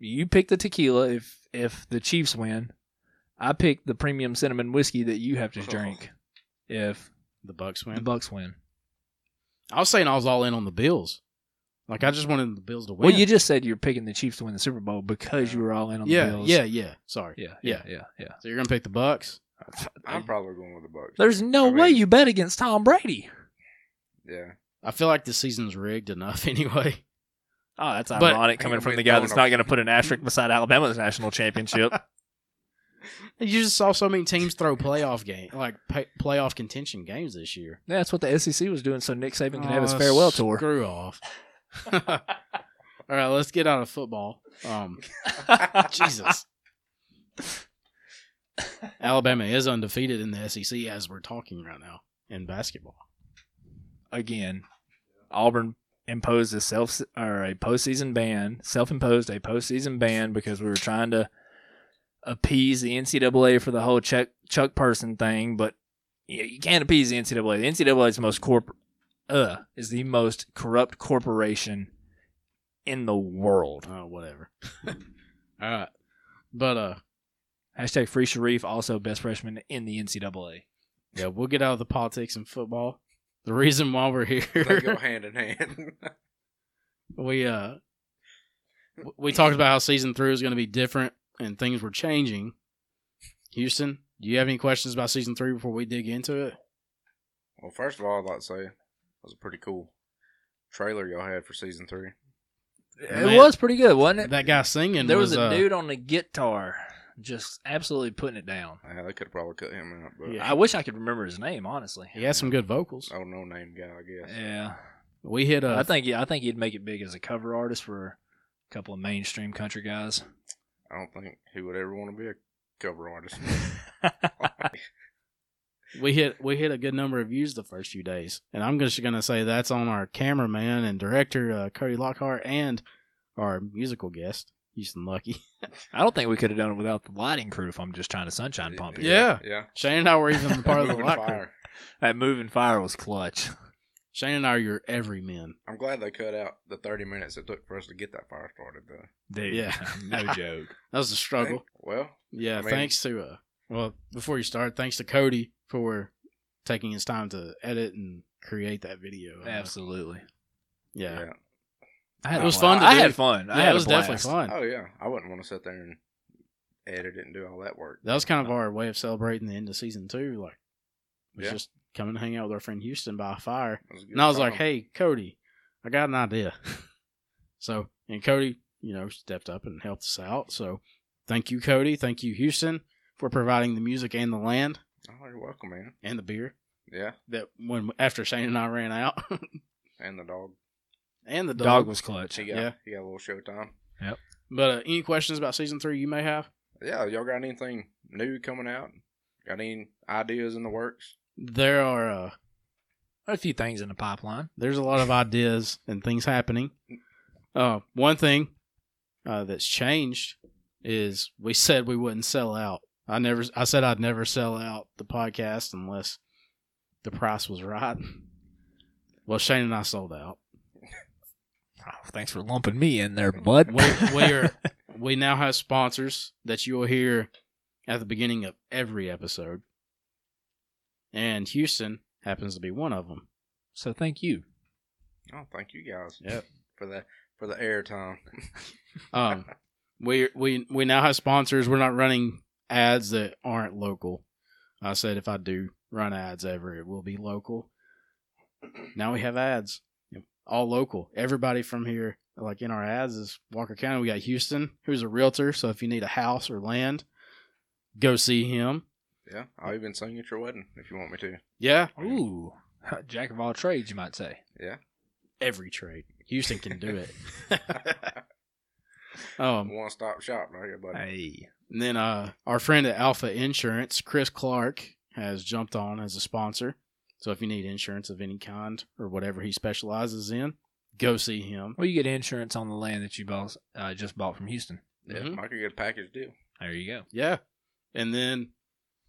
[SPEAKER 2] You pick the tequila if if the Chiefs win. I pick the premium cinnamon whiskey that you have to drink if
[SPEAKER 1] The Bucks
[SPEAKER 2] the
[SPEAKER 1] win.
[SPEAKER 2] Bucks win.
[SPEAKER 1] I was saying I was all in on the Bills. Like I just wanted the Bills to win.
[SPEAKER 2] Well, you just said you're picking the Chiefs to win the Super Bowl because you were all in on
[SPEAKER 1] yeah,
[SPEAKER 2] the Bills.
[SPEAKER 1] yeah, yeah. Sorry.
[SPEAKER 2] yeah,
[SPEAKER 1] yeah.
[SPEAKER 2] yeah, yeah, yeah.
[SPEAKER 1] So you're gonna pick the Bucks.
[SPEAKER 3] I'm probably going with the Bucks.
[SPEAKER 2] There's no
[SPEAKER 3] I mean,
[SPEAKER 2] way you bet against Tom Brady.
[SPEAKER 3] Yeah.
[SPEAKER 1] I feel like the season's rigged enough anyway.
[SPEAKER 2] Oh, that's
[SPEAKER 1] But-
[SPEAKER 2] ironic
[SPEAKER 3] Ain't
[SPEAKER 2] coming
[SPEAKER 3] nobody
[SPEAKER 2] from the guy
[SPEAKER 3] throwing
[SPEAKER 2] that's
[SPEAKER 3] a-
[SPEAKER 2] not going to put an asterisk beside Alabama's national championship.
[SPEAKER 1] You just saw so many teams throw playoff game like pay, playoff contention games this year.
[SPEAKER 2] that's what the SEC was doing, so Nick Saban could have his
[SPEAKER 1] Oh,
[SPEAKER 2] farewell tour.
[SPEAKER 1] Screw off. All right, let's get out of football. Um, Jesus. Alabama is undefeated in the SEC as we're talking right now in basketball.
[SPEAKER 2] Again, Auburn imposed a self or a postseason ban, self-imposed a postseason ban because we were trying to appease the NCAA for the whole Chuck Chuck Person thing, but you, you can't appease the NCAA. The NCAA is the most corp uh, is the most corrupt corporation in the world.
[SPEAKER 1] Oh, whatever. All right, but uh,
[SPEAKER 2] Hashtag free Sharif, also best freshman in the NCAA.
[SPEAKER 1] yeah, we'll get out of the politics and football. The reason why we're
[SPEAKER 3] They go
[SPEAKER 1] here,
[SPEAKER 3] hand in hand.
[SPEAKER 1] we uh, w-
[SPEAKER 2] Mm-hmm.
[SPEAKER 1] we talked about how season three was going to be different and things were changing. Houston, do you have any questions about season three before we dig into it?
[SPEAKER 3] well, first of all, I'd like to say that was a pretty cool trailer y'all had for season three.
[SPEAKER 1] Man,
[SPEAKER 2] it was pretty good, wasn't it?
[SPEAKER 1] That guy singing
[SPEAKER 2] there was, a
[SPEAKER 1] uh,
[SPEAKER 2] dude on the guitar just absolutely putting it down.
[SPEAKER 3] Yeah, they could have probably cut him out, but
[SPEAKER 1] Yeah.
[SPEAKER 2] I wish I could remember his name, honestly.
[SPEAKER 1] He had some good vocals.
[SPEAKER 3] oh no name guy, I guess.
[SPEAKER 2] Yeah.
[SPEAKER 1] We hit uh, a
[SPEAKER 2] I think yeah, I think he'd make it big as a cover artist for a couple of mainstream country guys.
[SPEAKER 3] I don't think he would ever want to be a cover artist.
[SPEAKER 1] we hit we hit a good number of views the first few days, and I'm just gonna say that's on our cameraman and director uh, Cody Lockhart and our musical guest Houston Lucky.
[SPEAKER 2] I don't think we could have done it without the lighting crew if I'm just trying to sunshine pump it.
[SPEAKER 1] Yeah.
[SPEAKER 3] Yeah.
[SPEAKER 1] Shane and I were even part of the
[SPEAKER 3] Moving
[SPEAKER 1] locker.
[SPEAKER 3] fire.
[SPEAKER 1] room.
[SPEAKER 2] That moving fire was clutch.
[SPEAKER 1] Shane and I are your everymen.
[SPEAKER 3] I'm glad they cut out the 30 minutes it took for us to get that fire started, though.
[SPEAKER 2] Dude,
[SPEAKER 1] Yeah.
[SPEAKER 2] no joke.
[SPEAKER 1] That was a struggle.
[SPEAKER 3] Well,
[SPEAKER 1] Yeah,
[SPEAKER 3] I mean-
[SPEAKER 1] thanks to uh, well before you start, thanks to Cody for taking his time to edit and create that video. Uh,
[SPEAKER 2] Absolutely.
[SPEAKER 1] yeah.
[SPEAKER 3] yeah.
[SPEAKER 2] I had
[SPEAKER 1] It
[SPEAKER 2] a
[SPEAKER 1] was
[SPEAKER 2] blast.
[SPEAKER 1] fun to
[SPEAKER 2] I
[SPEAKER 1] do.
[SPEAKER 2] had fun. I
[SPEAKER 1] Yeah,
[SPEAKER 2] had
[SPEAKER 1] it
[SPEAKER 2] a
[SPEAKER 1] was definitely fun.
[SPEAKER 2] blast.
[SPEAKER 3] Oh yeah, I wouldn't want to sit there and edit it and do all that work.
[SPEAKER 1] that was kind of our way of celebrating the end of season two. Like, was
[SPEAKER 3] Yeah.
[SPEAKER 1] just coming to hang out with our friend Houston by a fire.
[SPEAKER 3] It was a good
[SPEAKER 1] And I was
[SPEAKER 3] time.
[SPEAKER 1] like, hey, Cody, I got an idea. so, and Cody, you know, stepped up and helped us out. So, thank you, Cody. Thank you, Houston, for providing the music and the land
[SPEAKER 3] oh, you're welcome, man.
[SPEAKER 1] and the beer
[SPEAKER 3] Yeah,
[SPEAKER 1] that when after Shane and I ran out
[SPEAKER 3] and the dog.
[SPEAKER 1] and the
[SPEAKER 2] Dog,
[SPEAKER 1] dog.
[SPEAKER 2] was clutch.
[SPEAKER 3] He got
[SPEAKER 1] Yeah.
[SPEAKER 3] he got a little showtime.
[SPEAKER 1] But uh, any questions about season three you may have?
[SPEAKER 3] Yeah, y'all got anything new coming out? Got any ideas in the works?
[SPEAKER 1] There are uh,
[SPEAKER 2] A few things in the pipeline.
[SPEAKER 1] there's a lot of ideas and things happening. Uh, one thing uh, that's changed is we said we wouldn't sell out. I never, I said I'd never sell out the podcast unless the price was right. Well, Shane and I sold out.
[SPEAKER 2] Oh, thanks for lumping me in there, bud.
[SPEAKER 1] We, we are, we now have sponsors that you will hear at the beginning of every episode, and Houston happens to be one of them.
[SPEAKER 2] so thank you.
[SPEAKER 3] Oh, thank you guys.
[SPEAKER 1] Yep.
[SPEAKER 3] For the for the airtime.
[SPEAKER 1] Um, we we we now have sponsors. We're not running ads that aren't local. I said if I do run ads ever, it will be local. Now we have ads, all local. Everybody from here like in our ads is Walker County. We got Houston, who's a realtor. So if you need a house or land, go see him.
[SPEAKER 3] Yeah, I'll even sing at your wedding if you want me to.
[SPEAKER 1] Yeah,
[SPEAKER 2] Ooh, jack of all trades, you might say.
[SPEAKER 1] every trade. Houston can do it. um,
[SPEAKER 3] One stop shop right here, buddy.
[SPEAKER 2] Hey,
[SPEAKER 1] And then uh, our friend at Alpha Insurance, Chris Clark, has jumped on as a sponsor. So if you need insurance of any kind or whatever he specializes in, go see him.
[SPEAKER 2] well, you get insurance on the land that you bought, uh, just bought from Houston.
[SPEAKER 3] Yeah,
[SPEAKER 1] Mhm.
[SPEAKER 3] I could get a package deal.
[SPEAKER 2] There you go.
[SPEAKER 1] Yeah. And then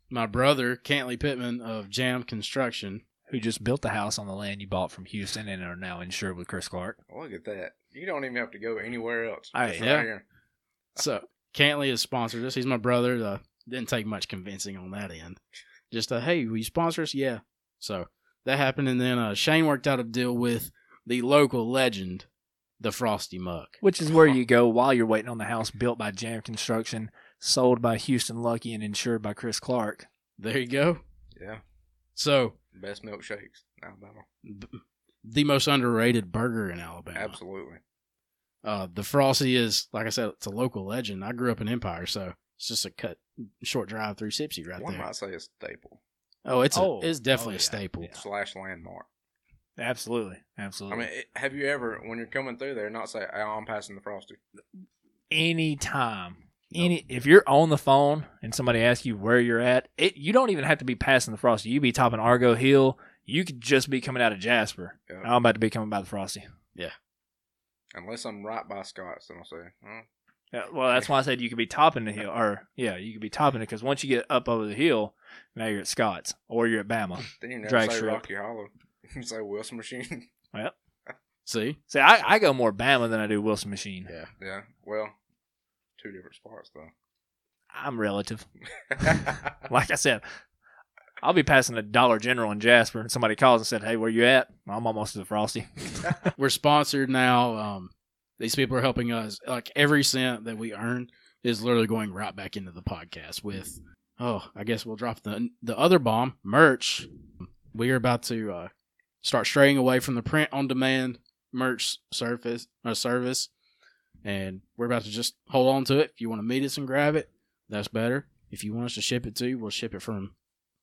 [SPEAKER 1] my brother, Cantley Pittman of Jam Construction.
[SPEAKER 2] Who just built the house on the land you bought from Houston and are now insured with Chris Clark?
[SPEAKER 3] Oh, Look at that. You don't even have to go anywhere else.
[SPEAKER 2] Hey,
[SPEAKER 3] Just
[SPEAKER 1] yeah.
[SPEAKER 3] here.
[SPEAKER 1] So Cantley has sponsored us. He's my brother. Uh, didn't take much convincing on that end. Just a hey, will you sponsor us? Yeah. So that happened, and then uh, Shane worked out a deal with the local legend, the Frosty Muck.
[SPEAKER 2] Which is where you go while you're waiting on the house built by Jam Construction, sold by Houston Lucky, and insured by Chris Clark.
[SPEAKER 1] There you go.
[SPEAKER 3] Yeah,
[SPEAKER 1] So
[SPEAKER 3] best milkshakes in Alabama.
[SPEAKER 1] b- the most underrated burger in Alabama.
[SPEAKER 3] Absolutely.
[SPEAKER 1] Uh, the Frosty is, like I said, it's a local legend. I grew up in Empire, so it's just a cut, short drive through Sipsy right
[SPEAKER 3] One
[SPEAKER 1] there.
[SPEAKER 3] might say a staple
[SPEAKER 1] Oh, it's
[SPEAKER 2] Oh,
[SPEAKER 1] a, it's definitely
[SPEAKER 2] oh,
[SPEAKER 1] a
[SPEAKER 2] yeah,
[SPEAKER 1] staple.
[SPEAKER 2] yeah.
[SPEAKER 3] slash landmark.
[SPEAKER 2] Absolutely,
[SPEAKER 3] I
[SPEAKER 1] Mm-hmm.
[SPEAKER 2] absolutely.
[SPEAKER 3] mean, it, have you ever, when you're coming through there, not say, oh, I'm passing the Frosty?
[SPEAKER 2] any time. Any if you're on the phone and somebody asks you where you're at, it you don't even have to be passing the frosty. You be topping Argo Hill. You could just be coming out of Jasper.
[SPEAKER 3] Yeah.
[SPEAKER 1] Oh.
[SPEAKER 2] I'm about to be coming by the frosty.
[SPEAKER 3] Unless I'm right by Scott's, then I'll say, oh,
[SPEAKER 2] Yeah, well, that's why I said you could be topping the hill, or yeah, you could be topping it because once you get up over the hill, now you're at Scott's or you're at Bama.
[SPEAKER 3] then you never
[SPEAKER 2] Drag
[SPEAKER 3] say
[SPEAKER 2] strip.
[SPEAKER 3] Rocky Hollow. you say Wilson Machine.
[SPEAKER 1] See,
[SPEAKER 2] See, I, I go more Bama than I do Wilson Machine.
[SPEAKER 1] yeah,
[SPEAKER 3] yeah, well, two different spots, though.
[SPEAKER 2] I'm relative. Like I said, I'll be passing a Dollar General in Jasper, and somebody calls and said, "Hey, where you at?" I'm almost to the frosty.
[SPEAKER 1] we're sponsored now. Um, these people are helping us. Like every cent that we earn is literally going right back into the podcast. With oh, I guess we'll drop the the other bomb merch. We are about to uh, start straying away from the print on demand merch surface uh, service, and we're about to just hold on to it. If you want to meet us and grab it, that's better. If you want us to ship it to you, we'll ship it from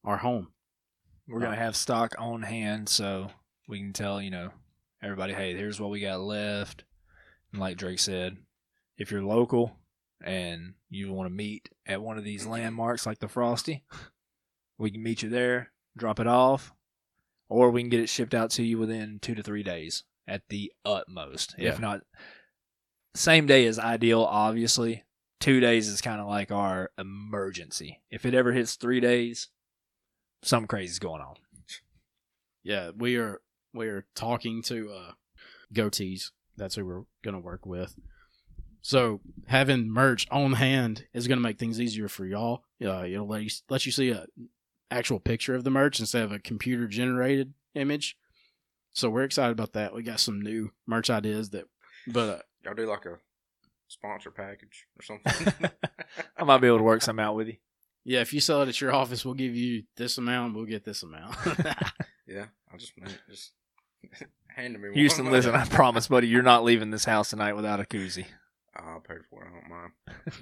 [SPEAKER 1] our home.
[SPEAKER 2] we're gonna have stock on hand so we can tell you know everybody hey here's what we got left and like drake said if you're local and you want to meet at one of these landmarks like the frosty we can meet you there drop it off or we can get it shipped out to you within two to three days at the utmost
[SPEAKER 1] Yeah.
[SPEAKER 2] if not same day is ideal obviously two days is kind of like our emergency if it ever hits three days something crazy's going on
[SPEAKER 1] yeah, we are we are talking to uh goatees. That's who we're gonna work with. So having merch on hand is gonna make things easier for y'all. Uh, it'll let you, let you see a actual picture of the merch instead of a computer generated image. So we're excited about that. We got some new merch ideas that, but uh,
[SPEAKER 3] Y'all do like a sponsor package or something.
[SPEAKER 2] I might be able to work some out with you.
[SPEAKER 1] yeah, if you sell it at your office, we'll give you this amount. We'll get this amount.
[SPEAKER 3] yeah, I just, man, just handed me one.
[SPEAKER 2] Houston, listen, I promise, buddy, you're not leaving this house tonight without a koozie.
[SPEAKER 3] I'll pay for it. I don't mind.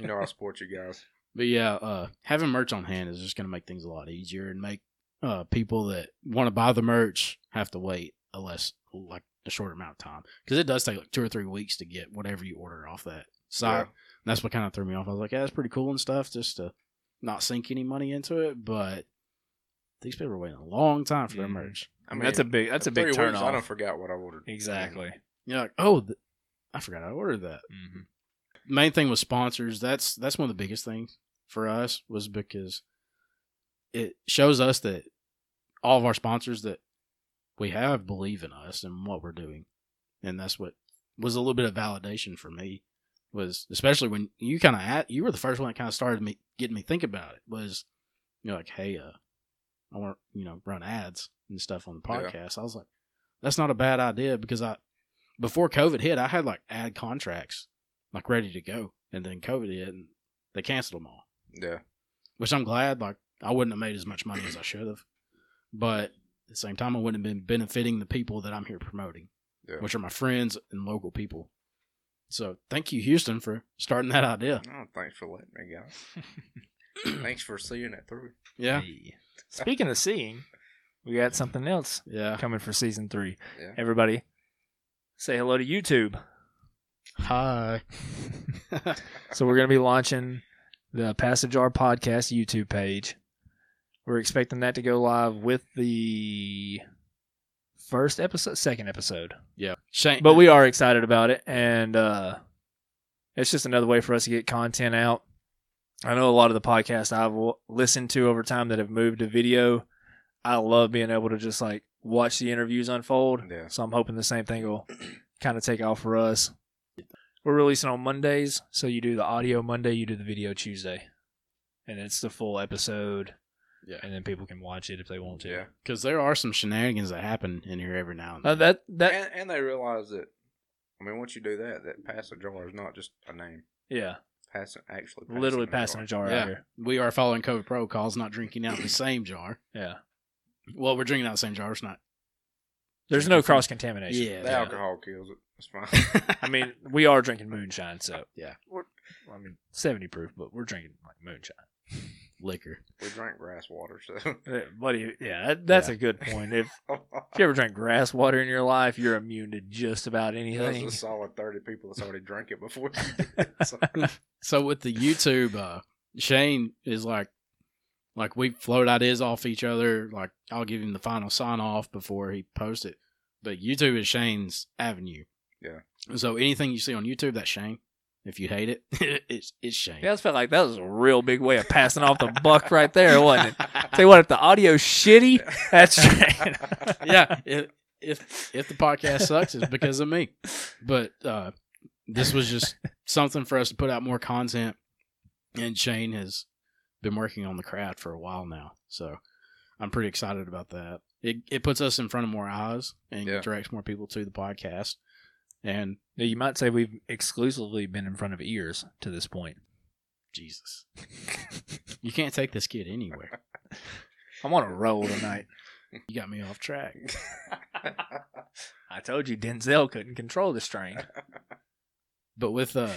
[SPEAKER 3] You know, I support you guys.
[SPEAKER 1] But yeah, uh, having merch on hand is just going to make things a lot easier and make uh, people that want to buy the merch have to wait a less, like a short amount of time because it does take like two or three weeks to get whatever you order off that site.
[SPEAKER 3] Yeah.
[SPEAKER 1] That's what kind of threw me off. I was like, yeah, that's pretty cool and stuff, just to not sink any money into it. But these people are waiting a long time for their
[SPEAKER 2] Mhm.
[SPEAKER 1] merch.
[SPEAKER 3] I mean,
[SPEAKER 2] that's a big, that's a
[SPEAKER 3] three
[SPEAKER 2] big
[SPEAKER 3] weeks, I don't
[SPEAKER 2] turnoff.
[SPEAKER 3] forget what I ordered.
[SPEAKER 2] Exactly.
[SPEAKER 1] You're like, oh, th- I forgot I ordered that.
[SPEAKER 2] hmm
[SPEAKER 1] main thing with sponsors that's that's one of the biggest things for us was because it shows us that all of our sponsors that we have believe in us and what we're doing and that's what was a little bit of validation for me was especially when you kind of you were the first one that kind of started me getting me think about it was you know like hey uh i want you know run ads and stuff on the
[SPEAKER 3] Yeah.
[SPEAKER 1] podcast i was like that's not a bad idea because i before covid hit i had like ad contracts like ready to go. And then COVID hit and they canceled them all,
[SPEAKER 3] Yeah.
[SPEAKER 1] which I'm glad. Like, I wouldn't have made as much money as I should have. But at the same time, I wouldn't have been benefiting the people that I'm here promoting,
[SPEAKER 3] Yeah.
[SPEAKER 1] which are my friends and local people. So thank you, Houston, for starting that idea.
[SPEAKER 3] Oh, thanks for letting me, guys. thanks for seeing it through.
[SPEAKER 1] Yeah.
[SPEAKER 2] Mm-hmm. Hey. Speaking of seeing, we got something else
[SPEAKER 1] Yeah.
[SPEAKER 2] coming for season three.
[SPEAKER 3] Yeah.
[SPEAKER 2] Everybody, say hello to YouTube.
[SPEAKER 1] Hi.
[SPEAKER 2] so we're going to be launching the Passage R podcast YouTube page. We're expecting that to go live with the first episode, second episode.
[SPEAKER 1] Yeah. Shane,
[SPEAKER 2] But we are excited about it, and uh, it's just another way for us to get content out. I know a lot of the podcasts I've w- listened to over time that have moved to video. I love being able to just like watch the interviews unfold.
[SPEAKER 3] Yeah.
[SPEAKER 2] So I'm hoping the same thing will kind of take off for us. We're releasing on Mondays, so you do the audio Monday, you do the video Tuesday, and it's the full episode.
[SPEAKER 1] Yeah.
[SPEAKER 2] and then people can watch it if they want to.
[SPEAKER 3] Yeah.
[SPEAKER 1] because there are some shenanigans that happen in here every now and then.
[SPEAKER 2] Uh, that that
[SPEAKER 3] and, and they realize that, I mean, once you do that, that passing jar is not just a name.
[SPEAKER 2] yeah,
[SPEAKER 3] Passing, actually. Passing
[SPEAKER 2] literally passing a jar out
[SPEAKER 1] Yeah.
[SPEAKER 2] here.
[SPEAKER 1] we are following COVID protocols, not drinking out of the same jar.
[SPEAKER 2] Yeah,
[SPEAKER 1] Well, we're drinking out of the same jar. It's not.
[SPEAKER 2] there's no cross contamination.
[SPEAKER 1] Yeah.
[SPEAKER 3] The
[SPEAKER 1] yeah.
[SPEAKER 3] alcohol kills it. It's fine.
[SPEAKER 2] I mean, we are drinking moonshine, so
[SPEAKER 1] Yeah.
[SPEAKER 2] we're, I mean, seventy proof, but we're drinking like moonshine.
[SPEAKER 1] Liquor.
[SPEAKER 3] we drank grass water, so.
[SPEAKER 2] Uh, Buddy, yeah, that, that's
[SPEAKER 1] Yeah.
[SPEAKER 2] a good point. If, if you ever drank grass water in your life, you're immune to just about
[SPEAKER 3] There's
[SPEAKER 2] anything.
[SPEAKER 3] a solid 30 people that's already drank it before you did. So,
[SPEAKER 1] So with the YouTube, uh, Shane is like, like we float ideas off each other. Like I'll give him the final sign off before he posts it. But YouTube is Shane's avenue.
[SPEAKER 3] Yeah.
[SPEAKER 1] So anything you see on YouTube, that's Shane. If you hate it, it's it's Shane.
[SPEAKER 2] Yeah, I just felt like that was a real big way of passing off the buck right there, wasn't it? Tell you what, if the audio's shitty, that's right.
[SPEAKER 1] yeah. If, if if the podcast sucks, it's because of me. But uh, this was just something for us to put out more content. And Shane has been working on the craft for a while now, so I'm pretty excited about that. It it puts us in front of more eyes and
[SPEAKER 3] Yeah.
[SPEAKER 1] directs more people to the podcast. And
[SPEAKER 2] Now, you might say we've exclusively been in front of ears to this point.
[SPEAKER 1] Jesus, you can't take this kid anywhere.
[SPEAKER 2] I'm on a roll tonight.
[SPEAKER 1] You got me off track.
[SPEAKER 2] I told you Denzel couldn't control the strain.
[SPEAKER 1] but with uh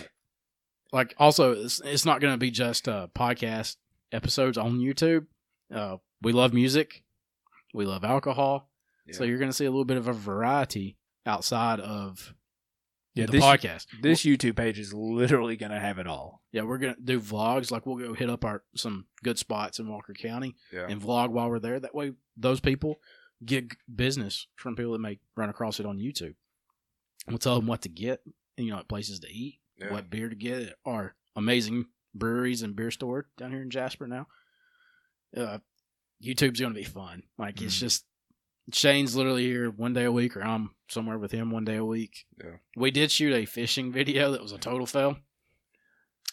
[SPEAKER 1] like also it's, it's not going to be just uh podcast episodes on youtube uh we love music we love alcohol so
[SPEAKER 3] Yeah.
[SPEAKER 1] you're going to see a little bit of a variety outside of
[SPEAKER 2] Yeah,
[SPEAKER 1] the
[SPEAKER 2] this,
[SPEAKER 1] podcast
[SPEAKER 2] this YouTube page is literally going to have it all.
[SPEAKER 1] yeah we're going to do vlogs like we'll go hit up our some good spots in walker county
[SPEAKER 3] yeah.
[SPEAKER 1] and vlog while we're there that way those people get g- business from people that may run across it on youtube we'll tell them what to get you know like places to eat
[SPEAKER 3] yeah.
[SPEAKER 1] what beer to get at our amazing breweries and beer store down here in Jasper now. Uh, YouTube's going to be fun. Like, it's
[SPEAKER 3] Mm-hmm.
[SPEAKER 2] Mhm.
[SPEAKER 1] just Shane's literally here one day a week, or I'm somewhere with him one day a week.
[SPEAKER 3] Yeah.
[SPEAKER 1] We did shoot a fishing video that was a total fail.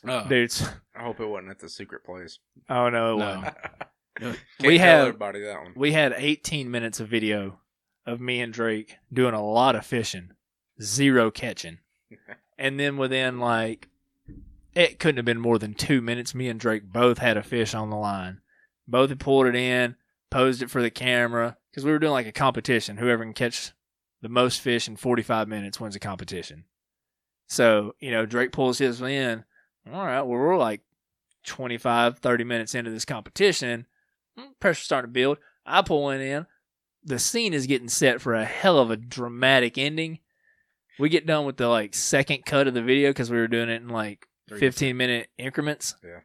[SPEAKER 1] Uh,
[SPEAKER 2] Dudes.
[SPEAKER 3] I hope it wasn't at the secret place.
[SPEAKER 2] Oh, no, it
[SPEAKER 1] No.
[SPEAKER 2] wasn't.
[SPEAKER 3] Can't
[SPEAKER 2] We
[SPEAKER 3] tell
[SPEAKER 2] have-
[SPEAKER 3] everybody that one.
[SPEAKER 2] We had 18 minutes of video of me and Drake doing a lot of fishing, zero catching. And then within like, it couldn't have been more than two minutes, me and Drake both had a fish on the line. Both had pulled it in, posed it for the camera, because we were doing like a competition. Whoever can catch the most fish in 45 minutes wins the competition. So, you know, Drake pulls his in. All right, well, we're like 25, 30 minutes into this competition. Mm, Pressure's starting to build. I pull one in. The scene is getting set for a hell of a dramatic ending. We get done with the like second cut of the video because we were doing it in like
[SPEAKER 3] Three.
[SPEAKER 2] 15 minute increments.
[SPEAKER 3] Yeah.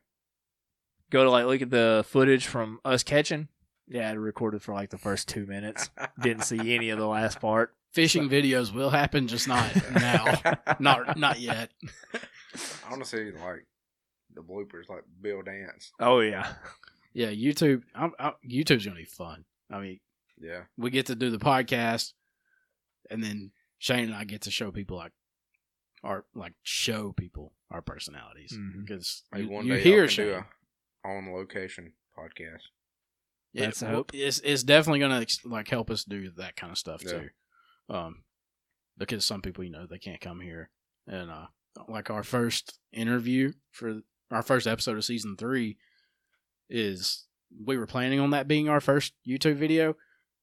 [SPEAKER 2] Go to like look at the footage from us catching. Yeah, I recorded for like the first two minutes. Didn't see any of the last part.
[SPEAKER 1] fishing videos will happen, just not now. not not yet.
[SPEAKER 3] Honestly, like the bloopers, like Bill Dance.
[SPEAKER 2] Oh yeah.
[SPEAKER 1] Yeah, YouTube. I'm, I'm, YouTube's going to be fun. I mean,
[SPEAKER 3] Yeah.
[SPEAKER 1] we get to do the podcast and then Shane and I get to show people like our like show people our personalities
[SPEAKER 2] Mhm.
[SPEAKER 1] because
[SPEAKER 3] Maybe
[SPEAKER 1] you,
[SPEAKER 3] one
[SPEAKER 1] you
[SPEAKER 3] day
[SPEAKER 1] hear
[SPEAKER 3] I can
[SPEAKER 1] Shane.
[SPEAKER 3] do a on location podcast.
[SPEAKER 1] It-
[SPEAKER 2] That's the hope.
[SPEAKER 1] It's it's definitely gonna ex- like help us do that kind of stuff
[SPEAKER 3] Yeah.
[SPEAKER 1] too, um, because some people you know they can't come here and uh like our first interview for our first episode of season three is we were planning on that being our first YouTube video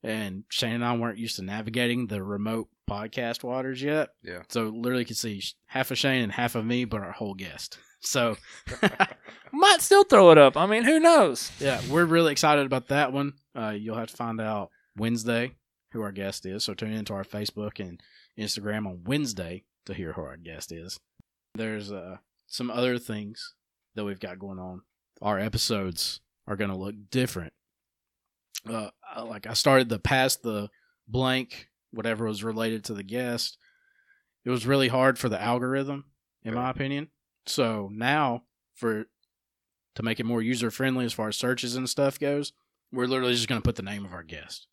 [SPEAKER 1] and Shane and I weren't used to navigating the remote podcast waters yet.
[SPEAKER 3] Yeah.
[SPEAKER 1] So literally, you can see sh- half of Shane and half of me, but our whole guest. So
[SPEAKER 2] Might still throw it up. I mean, who knows?
[SPEAKER 1] yeah, we're really excited about that one. Uh, you'll have to find out Wednesday who our guest is. So tune into our Facebook and Instagram on Wednesday to hear who our guest is. There's uh, some other things that we've got going on. Our episodes are going to look different. Uh, I- like I started the past the blank, whatever was related to the guest. It was really hard for the algorithm, in my opinion. So now for to make it more user friendly as far as searches and stuff goes, we're literally just going to put the name of our guest.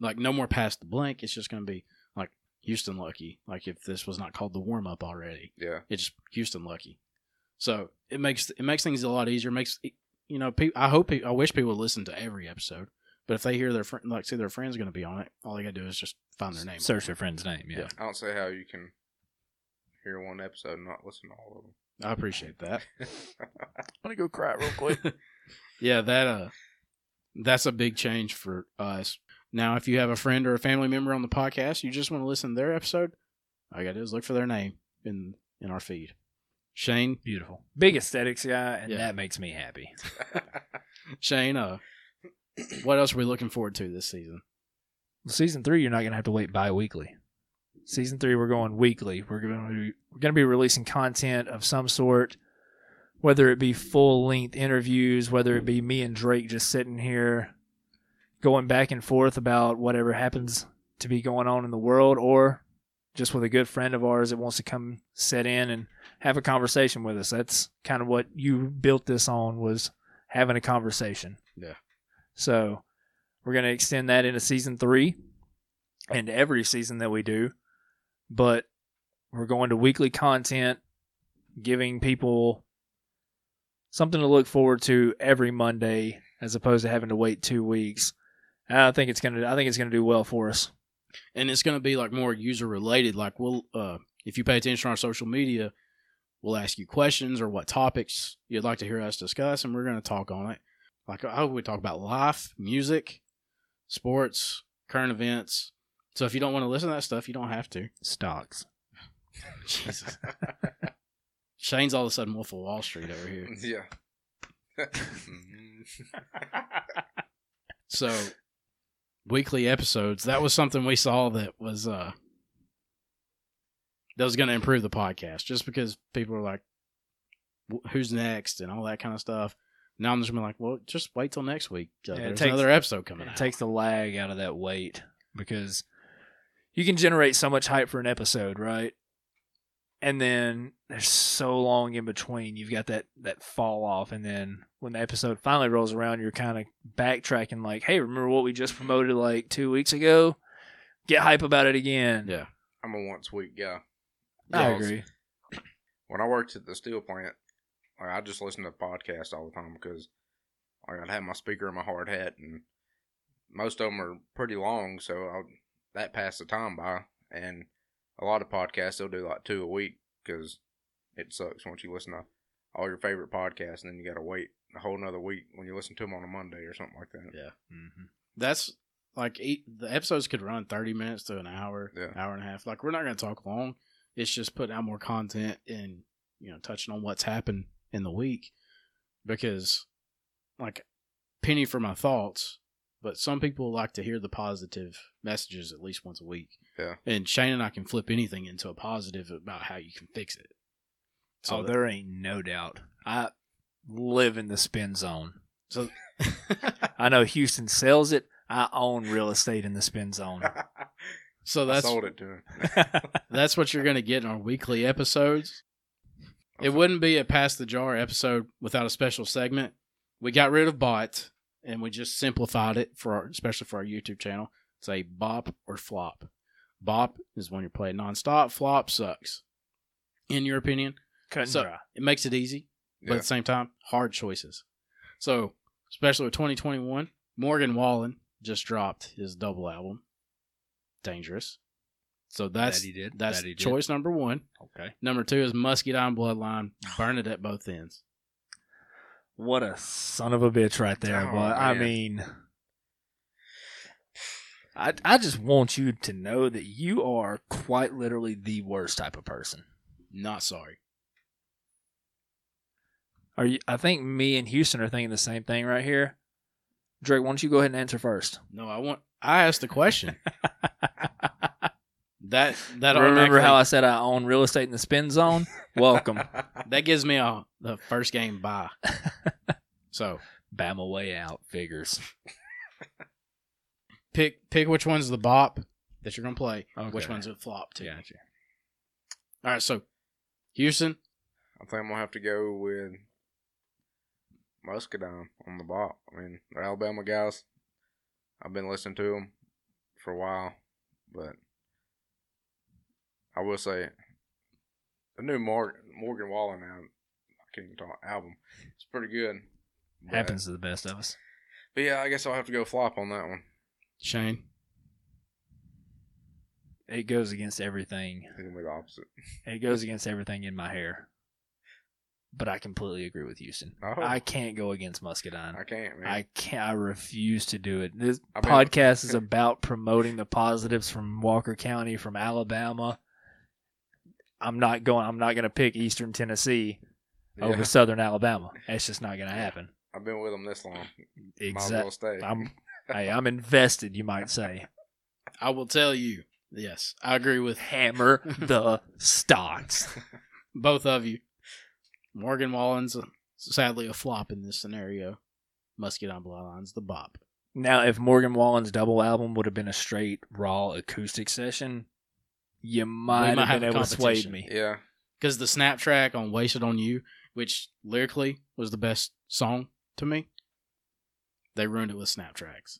[SPEAKER 1] Like, no more past the blank. It's just going to be like Houston Lucky. Like, if this was not called the warm up already,
[SPEAKER 3] yeah.
[SPEAKER 1] it's Houston Lucky. So it makes it makes things a lot easier. It makes you know, pe- I hope pe- I wish people would listen to every episode. But if they hear their friend, like, see their friend's going to be on it, all they got to do is just find their name.
[SPEAKER 2] Search your friend's name. Yeah.
[SPEAKER 1] Yeah.
[SPEAKER 3] I don't see how you can hear one episode and not listen to all of
[SPEAKER 1] I appreciate that.
[SPEAKER 3] them.
[SPEAKER 2] I'm gonna go cry real quick.
[SPEAKER 1] yeah, that uh that's a big change for us. Now if you have a friend or a family member on the podcast, you just want to listen to their episode, all you gotta do is look for their name in in our feed. Shane
[SPEAKER 2] Beautiful. Big aesthetics guy, and
[SPEAKER 1] Yeah.
[SPEAKER 2] that makes me happy.
[SPEAKER 1] Shane, uh what else are we looking forward to this season?
[SPEAKER 2] season three, you're not gonna have to wait bi-weekly. Season three, we're going weekly. We're gonna be, we're gonna be releasing content of some sort, whether it be full length interviews, whether it be me and Drake just sitting here, going back and forth about whatever happens to be going on in the world, or just with a good friend of ours that wants to come sit in and have a conversation with us. That's kind of what you built this on was having a conversation.
[SPEAKER 1] Yeah.
[SPEAKER 2] So we're going to extend that into season three and every season that we do. But we're going to weekly content, giving people something to look forward to every Monday as opposed to having to wait two weeks. And I think it's going to, I think it's going to do well for us.
[SPEAKER 1] And it's gonna be like more user related. Like we'll uh if you pay attention to our social media, we'll ask you questions or what topics you'd like to hear us discuss and we're gonna talk on it. Like I hope we talk about life, music, sports, current events. So if you don't want to listen to that stuff, you don't have to.
[SPEAKER 2] Stocks.
[SPEAKER 1] Jesus. Shane's all of a sudden Wolf of Wall Street over here.
[SPEAKER 3] yeah.
[SPEAKER 1] So weekly episodes, that was something we saw that was uh that was going to improve the podcast just because people were like "Wh- who's next and all that kind of stuff. Now I'm just gonna be like, well, just wait till next week. Uh,
[SPEAKER 2] Yeah, it
[SPEAKER 1] there's
[SPEAKER 2] takes-
[SPEAKER 1] another episode coming
[SPEAKER 2] It
[SPEAKER 1] out.
[SPEAKER 2] takes the lag out of that wait because you can generate so much hype for an episode, right? And then there's so long in between. You've got that that fall off, and then when the episode finally rolls around, you're kind of backtracking, like, "Hey, remember what we just promoted like two weeks ago? Get hype about it again."
[SPEAKER 1] yeah,
[SPEAKER 3] I'm a once week guy.
[SPEAKER 2] I
[SPEAKER 3] Yeah.
[SPEAKER 2] agree.
[SPEAKER 3] when I worked at the steel plant, like, I just listened to podcasts all the time because like, I'd have my speaker in my hard hat, and most of them are pretty long, so I, that passed the time by. And a lot of podcasts, they'll do like two a week because it sucks once you listen to all your favorite podcasts, and then you got to wait a whole nother week when you listen to them on a Monday or something like that.
[SPEAKER 1] Yeah.
[SPEAKER 2] Mm-hmm.
[SPEAKER 1] that's like eight, the episodes could run 30 minutes to an hour,
[SPEAKER 3] Yeah.
[SPEAKER 1] hour and a half. Like we're not gonna talk long. It's just putting out more content and you know touching on what's happened in the week because like penny for my thoughts. But some people like to hear the positive messages at least once a week.
[SPEAKER 3] Yeah.
[SPEAKER 1] And Shane and I can flip anything into a positive about how you can fix it. So
[SPEAKER 2] oh, there ain't no doubt. I live in the spin zone.
[SPEAKER 1] so
[SPEAKER 2] I know Houston sells it. I own real estate in the spin zone.
[SPEAKER 1] so
[SPEAKER 3] I
[SPEAKER 1] that's
[SPEAKER 3] sold it to him.
[SPEAKER 1] that's what you're gonna get in our weekly episodes. It wouldn't be a pass the jar episode without a special segment. We got rid of bot and we just simplified it for our, especially for our YouTube channel. It's a bop or flop. Bop is when you're playing nonstop. Flop sucks. In your opinion,
[SPEAKER 2] Cut and
[SPEAKER 1] So-
[SPEAKER 2] dry.
[SPEAKER 1] it makes it easy, but
[SPEAKER 3] Yeah.
[SPEAKER 1] at the same time, hard choices. So, especially with 2021, Morgan Wallen just dropped his double album, Dangerous. So that's
[SPEAKER 2] That he did.
[SPEAKER 1] that's
[SPEAKER 2] That he did.
[SPEAKER 1] choice number one.
[SPEAKER 2] Okay.
[SPEAKER 1] Number two is Muscadine Bloodline. Burn it at both ends.
[SPEAKER 2] What
[SPEAKER 1] Oh,
[SPEAKER 2] a son of a bitch right there,
[SPEAKER 3] Oh,
[SPEAKER 2] boy. I
[SPEAKER 3] man.
[SPEAKER 2] mean, I, I just want you to know that you are quite literally the worst type of person.
[SPEAKER 1] Not sorry.
[SPEAKER 2] Are you? I think me and Houston are thinking the same thing right here. Drake, why don't you go ahead and answer first?
[SPEAKER 1] No, I want. I asked the question. that that
[SPEAKER 2] Remember
[SPEAKER 1] automatically-
[SPEAKER 2] how I said I own real estate in the spin zone? Welcome,
[SPEAKER 1] that gives me a the first game bye. so
[SPEAKER 2] Bama way out figures.
[SPEAKER 1] pick pick which one's the bop that you're gonna play. Which
[SPEAKER 2] Okay.
[SPEAKER 1] one's a flop? To.
[SPEAKER 2] Gotcha.
[SPEAKER 1] All right, so Houston.
[SPEAKER 3] I think I'm gonna have to go with Muscadine on the ball. I mean, they're Alabama guys. I've been listening to them for a while, but I will say the new Morgan, Morgan Wallen album, I can't even talk album. It's pretty good. But-
[SPEAKER 2] Happens to the best of us.
[SPEAKER 3] But yeah, I guess I'll have to go flop on that one.
[SPEAKER 1] Shane.
[SPEAKER 2] It goes against everything.
[SPEAKER 3] It's gonna be the opposite.
[SPEAKER 2] It goes against everything in my hair. But I completely agree with Houston.
[SPEAKER 3] Oh.
[SPEAKER 2] I can't go against Muscadine.
[SPEAKER 3] I can't, man.
[SPEAKER 2] I can't. I refuse to do it. This
[SPEAKER 3] I mean-
[SPEAKER 2] podcast is about promoting the positives from Walker County, from Alabama. I'm not going. I'm not going to pick Eastern Tennessee
[SPEAKER 3] Yeah,
[SPEAKER 2] over Southern Alabama. That's just not going to happen.
[SPEAKER 3] I've been with them this long. Might as well
[SPEAKER 2] Exactly.
[SPEAKER 3] stay.
[SPEAKER 2] I'm. hey, I'm invested. You might say.
[SPEAKER 1] I will tell you. Yes, I agree with
[SPEAKER 2] Hammer the stocks.
[SPEAKER 1] both of you. Morgan Wallen's sadly a flop in this scenario. Muscadine Bloodline's the bop.
[SPEAKER 2] Now, if Morgan Wallen's double album would have been a straight raw acoustic session, you might,
[SPEAKER 1] might
[SPEAKER 2] have
[SPEAKER 1] have
[SPEAKER 2] been
[SPEAKER 1] a
[SPEAKER 2] able to sway
[SPEAKER 1] competition.
[SPEAKER 2] me.
[SPEAKER 3] yeah,
[SPEAKER 1] because the snap track on "Wasted on You," which lyrically was the best song to me, they ruined it with snap tracks.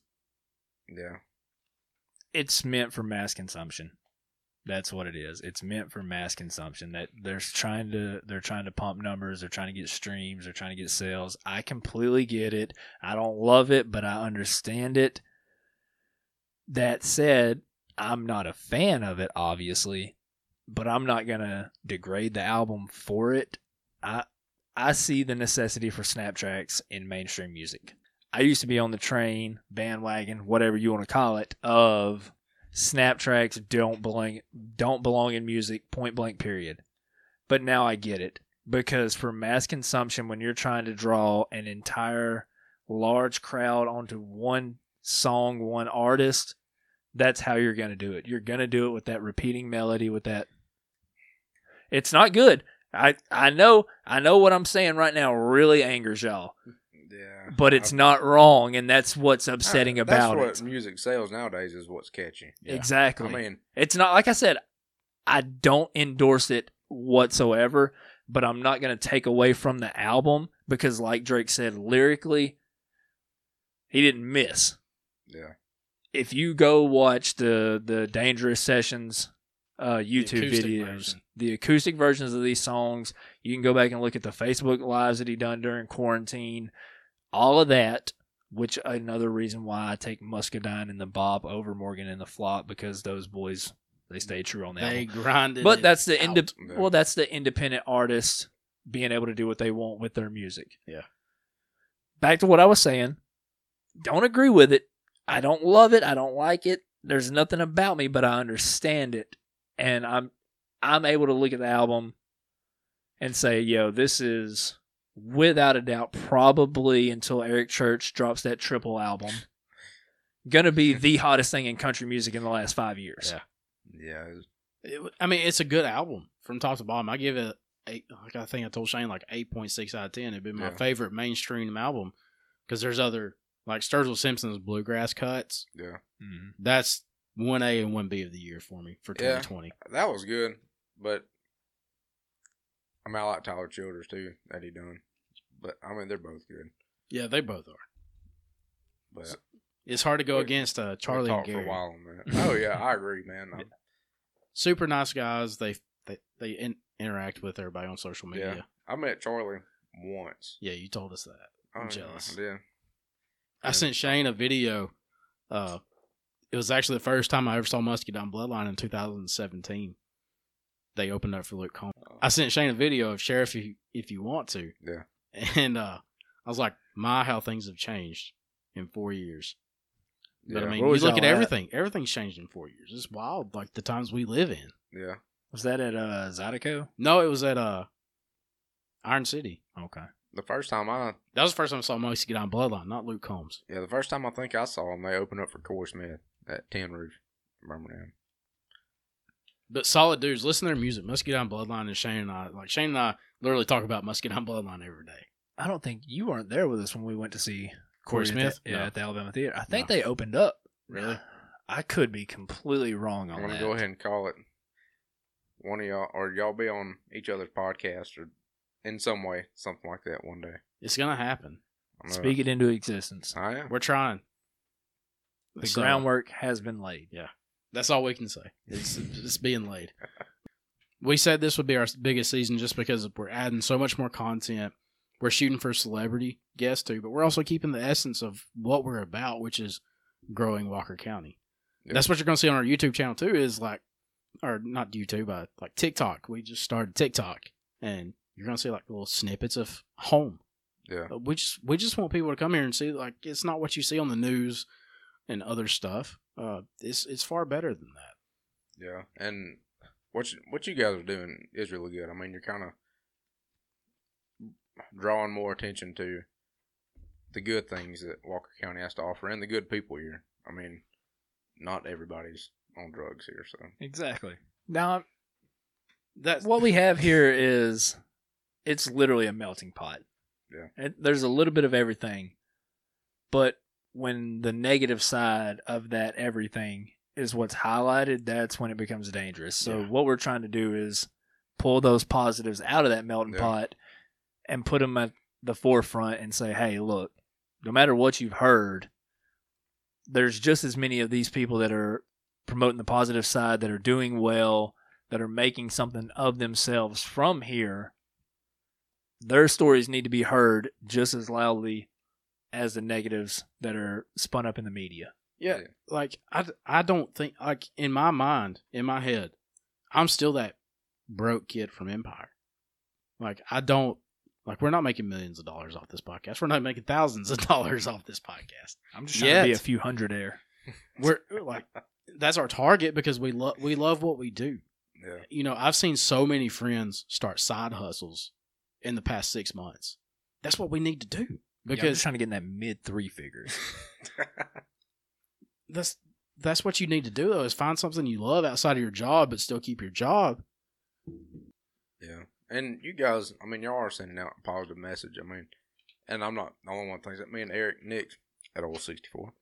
[SPEAKER 3] yeah.
[SPEAKER 2] it's meant for mass consumption. That's what it is. It's meant for mass consumption. That they're trying to they're trying to pump numbers, they're trying to get streams, they're trying to get sales. I completely get it. I don't love it, but I understand it. That said, I'm not a fan of it obviously, but I'm not going to degrade the album for it. I I see the necessity for snap tracks in mainstream music. I used to be on the train, bandwagon, whatever you want to call it, of snap tracks don't belong don't belong in music, point blank period. But now I get it. Because for mass consumption, when you're trying to draw an entire large crowd onto one song, one artist, that's how you're gonna do it. You're gonna do it with that repeating melody, with that it's not good. I, I know I know what I'm saying right now really angers y'all
[SPEAKER 3] Yeah.
[SPEAKER 2] but it's
[SPEAKER 3] I-
[SPEAKER 2] not wrong, and that's what's upsetting
[SPEAKER 3] I-
[SPEAKER 2] about
[SPEAKER 3] that's
[SPEAKER 2] it.
[SPEAKER 3] what music sales nowadays is what's catchy.
[SPEAKER 1] Yeah.
[SPEAKER 2] Exactly.
[SPEAKER 3] I mean,
[SPEAKER 2] it's not like I said. I don't endorse it whatsoever, but I'm not going to take away from the album because, like Drake said, lyrically, he didn't miss.
[SPEAKER 3] yeah.
[SPEAKER 2] If you go watch the the Dangerous Sessions uh, YouTube
[SPEAKER 1] acoustic
[SPEAKER 2] videos,
[SPEAKER 1] version.
[SPEAKER 2] the acoustic versions of these songs, you can go back and look at the Facebook lives that he done during quarantine, all of that. Which another reason why I take Muscadine and the Bob over Morgan and the Flop because those boys they stay true on that.
[SPEAKER 1] They grinded,
[SPEAKER 2] but
[SPEAKER 1] it
[SPEAKER 2] that's the
[SPEAKER 1] out.
[SPEAKER 2] indep-
[SPEAKER 3] Yeah.
[SPEAKER 2] well, that's the independent artist being able to do what they want with their music.
[SPEAKER 1] Yeah.
[SPEAKER 2] Back to what I was saying. Don't agree with it. I don't love it. I don't like it. There's nothing about me, but I understand it, and I'm I'm able to look at the album and say, "Yo, this is." Without a doubt, probably until Eric Church drops that triple album, gonna be the hottest thing in country music in the last five years.
[SPEAKER 1] Yeah.
[SPEAKER 3] Yeah. it was-
[SPEAKER 1] It- I mean, it's a good album from top to bottom. I give it eight. Like I think I told Shane, like eight point six out of ten. It'd been my
[SPEAKER 3] Yeah.
[SPEAKER 1] favorite mainstream album because there's other like Sturgill Simpson's bluegrass cuts.
[SPEAKER 3] Yeah.
[SPEAKER 1] Mm-hmm.
[SPEAKER 2] Mhm.
[SPEAKER 1] That's one A and one B of the year for me for
[SPEAKER 3] Yeah.
[SPEAKER 1] 2020.
[SPEAKER 3] That was good, but I mean, I like Tyler Childers too that he done. But I mean, they're both good.
[SPEAKER 1] Yeah, they both are.
[SPEAKER 3] But
[SPEAKER 1] So, It's hard to go
[SPEAKER 3] We-
[SPEAKER 1] against uh,
[SPEAKER 3] we
[SPEAKER 1] Charlie and
[SPEAKER 3] talked for
[SPEAKER 1] Gary.
[SPEAKER 3] a while on that. Oh yeah, I agree, man. I,
[SPEAKER 1] super nice guys. They they they in, interact with everybody on social media. Yeah,
[SPEAKER 3] I met Charlie once.
[SPEAKER 1] you told us that.
[SPEAKER 3] Oh, yeah,
[SPEAKER 1] jealous.
[SPEAKER 3] I did.
[SPEAKER 1] I
[SPEAKER 3] Yeah.
[SPEAKER 1] sent Shane a video. Uh, it was actually the first time I ever saw Muscadine Bloodline in 2017. They opened up for Luke Combs.
[SPEAKER 3] Oh,
[SPEAKER 1] I sent Shane a video of Sheriff if you, if you want to.
[SPEAKER 3] Yeah.
[SPEAKER 1] And uh, I was like, my how things have changed in four years. But
[SPEAKER 3] Yeah.
[SPEAKER 1] I mean,
[SPEAKER 2] Where
[SPEAKER 1] you
[SPEAKER 2] was
[SPEAKER 1] look at
[SPEAKER 2] y'all at?
[SPEAKER 1] everything. Everything's changed in four years. It's wild, like the times we live in.
[SPEAKER 3] yeah.
[SPEAKER 2] Was that at uh, Zydeco?
[SPEAKER 1] No, it was at uh, Iron City.
[SPEAKER 2] Okay.
[SPEAKER 3] The first time I,
[SPEAKER 1] That was the first time I saw Moxie get on Bloodline, not Luke Combs.
[SPEAKER 3] yeah, the first time I think I saw him, they opened up for Corey Smith at Tin Roof, Birmingham.
[SPEAKER 1] But solid dudes, listen to their music. Must get on Bloodline and Shane and I. Like Shane and I literally talk about Must get on Bloodline every day.
[SPEAKER 2] I don't think you weren't there with us when we went to see
[SPEAKER 1] Corey
[SPEAKER 2] Corey
[SPEAKER 1] Smith?
[SPEAKER 2] At the, yeah,
[SPEAKER 1] No.
[SPEAKER 2] at the Alabama Theater. I think
[SPEAKER 1] No.
[SPEAKER 2] they opened up.
[SPEAKER 1] Really?
[SPEAKER 2] I could be completely wrong
[SPEAKER 3] I'm
[SPEAKER 2] on
[SPEAKER 3] gonna
[SPEAKER 2] that.
[SPEAKER 3] go ahead and call it one of y'all, or y'all be on each other's podcast, or in some way, something like that one day.
[SPEAKER 1] It's gonna happen.
[SPEAKER 3] I know
[SPEAKER 2] Speak it into existence.
[SPEAKER 3] it. I am.
[SPEAKER 1] We're trying.
[SPEAKER 2] The
[SPEAKER 1] So,
[SPEAKER 2] groundwork has been laid.
[SPEAKER 1] That's all we can say. It's it's being laid. We said this would be our biggest season just because we're adding so much more content. We're shooting for celebrity guests too, but we're also keeping the essence of what we're about, which is growing Walker County.
[SPEAKER 3] Yeah.
[SPEAKER 1] That's what you're going to see on our YouTube channel too. Is like, or not YouTube, but like TikTok. We just started TikTok, and you're going to see like little snippets of home.
[SPEAKER 3] Yeah.
[SPEAKER 1] But we just we just want people to come here and see like it's not what you see on the news and other stuff. Uh, it's it's far better than that.
[SPEAKER 3] Yeah, and what you, what you guys are doing is really good. I mean, you're kind of drawing more attention to the good things that Walker County has to offer and the good people here. I mean, not everybody's on drugs here, so
[SPEAKER 2] Exactly. Now,
[SPEAKER 1] That's
[SPEAKER 2] what we have here is it's literally a melting pot.
[SPEAKER 3] Yeah.
[SPEAKER 2] It, there's a little bit of everything, but when the negative side of that everything is what's highlighted, that's when it becomes dangerous. So
[SPEAKER 1] Yeah.
[SPEAKER 2] what we're trying to do is pull those positives out of that melting
[SPEAKER 3] Yeah.
[SPEAKER 2] pot and put them at the forefront and say, "Hey, look, no matter what you've heard, there's just as many of these people that are promoting the positive side that are doing well, that are making something of themselves from here. Their stories need to be heard just as loudly as the negatives that are spun up in the media.
[SPEAKER 1] yeah. Like I I don't think like in my mind in my head, I'm still that broke kid from Empire. Like I don't like we're not making millions of dollars off this podcast. We're not making thousands of dollars off this podcast.
[SPEAKER 2] I'm just trying
[SPEAKER 1] Yet.
[SPEAKER 2] to be a few hundred air.
[SPEAKER 1] We're like that's our target because we love we love what we do.
[SPEAKER 3] yeah,
[SPEAKER 1] you know, I've seen so many friends start side hustles in the past six months. That's what we need to do
[SPEAKER 2] Because I'm
[SPEAKER 1] because
[SPEAKER 2] just trying to get in that mid three figures.
[SPEAKER 1] that's that's what you need to do though is find something you love outside of your job but still keep your job.
[SPEAKER 3] yeah. And you guys, I mean, y'all are sending out a positive message. I mean, and I'm not the only one thinks that. Me and Eric Nick at Old 64,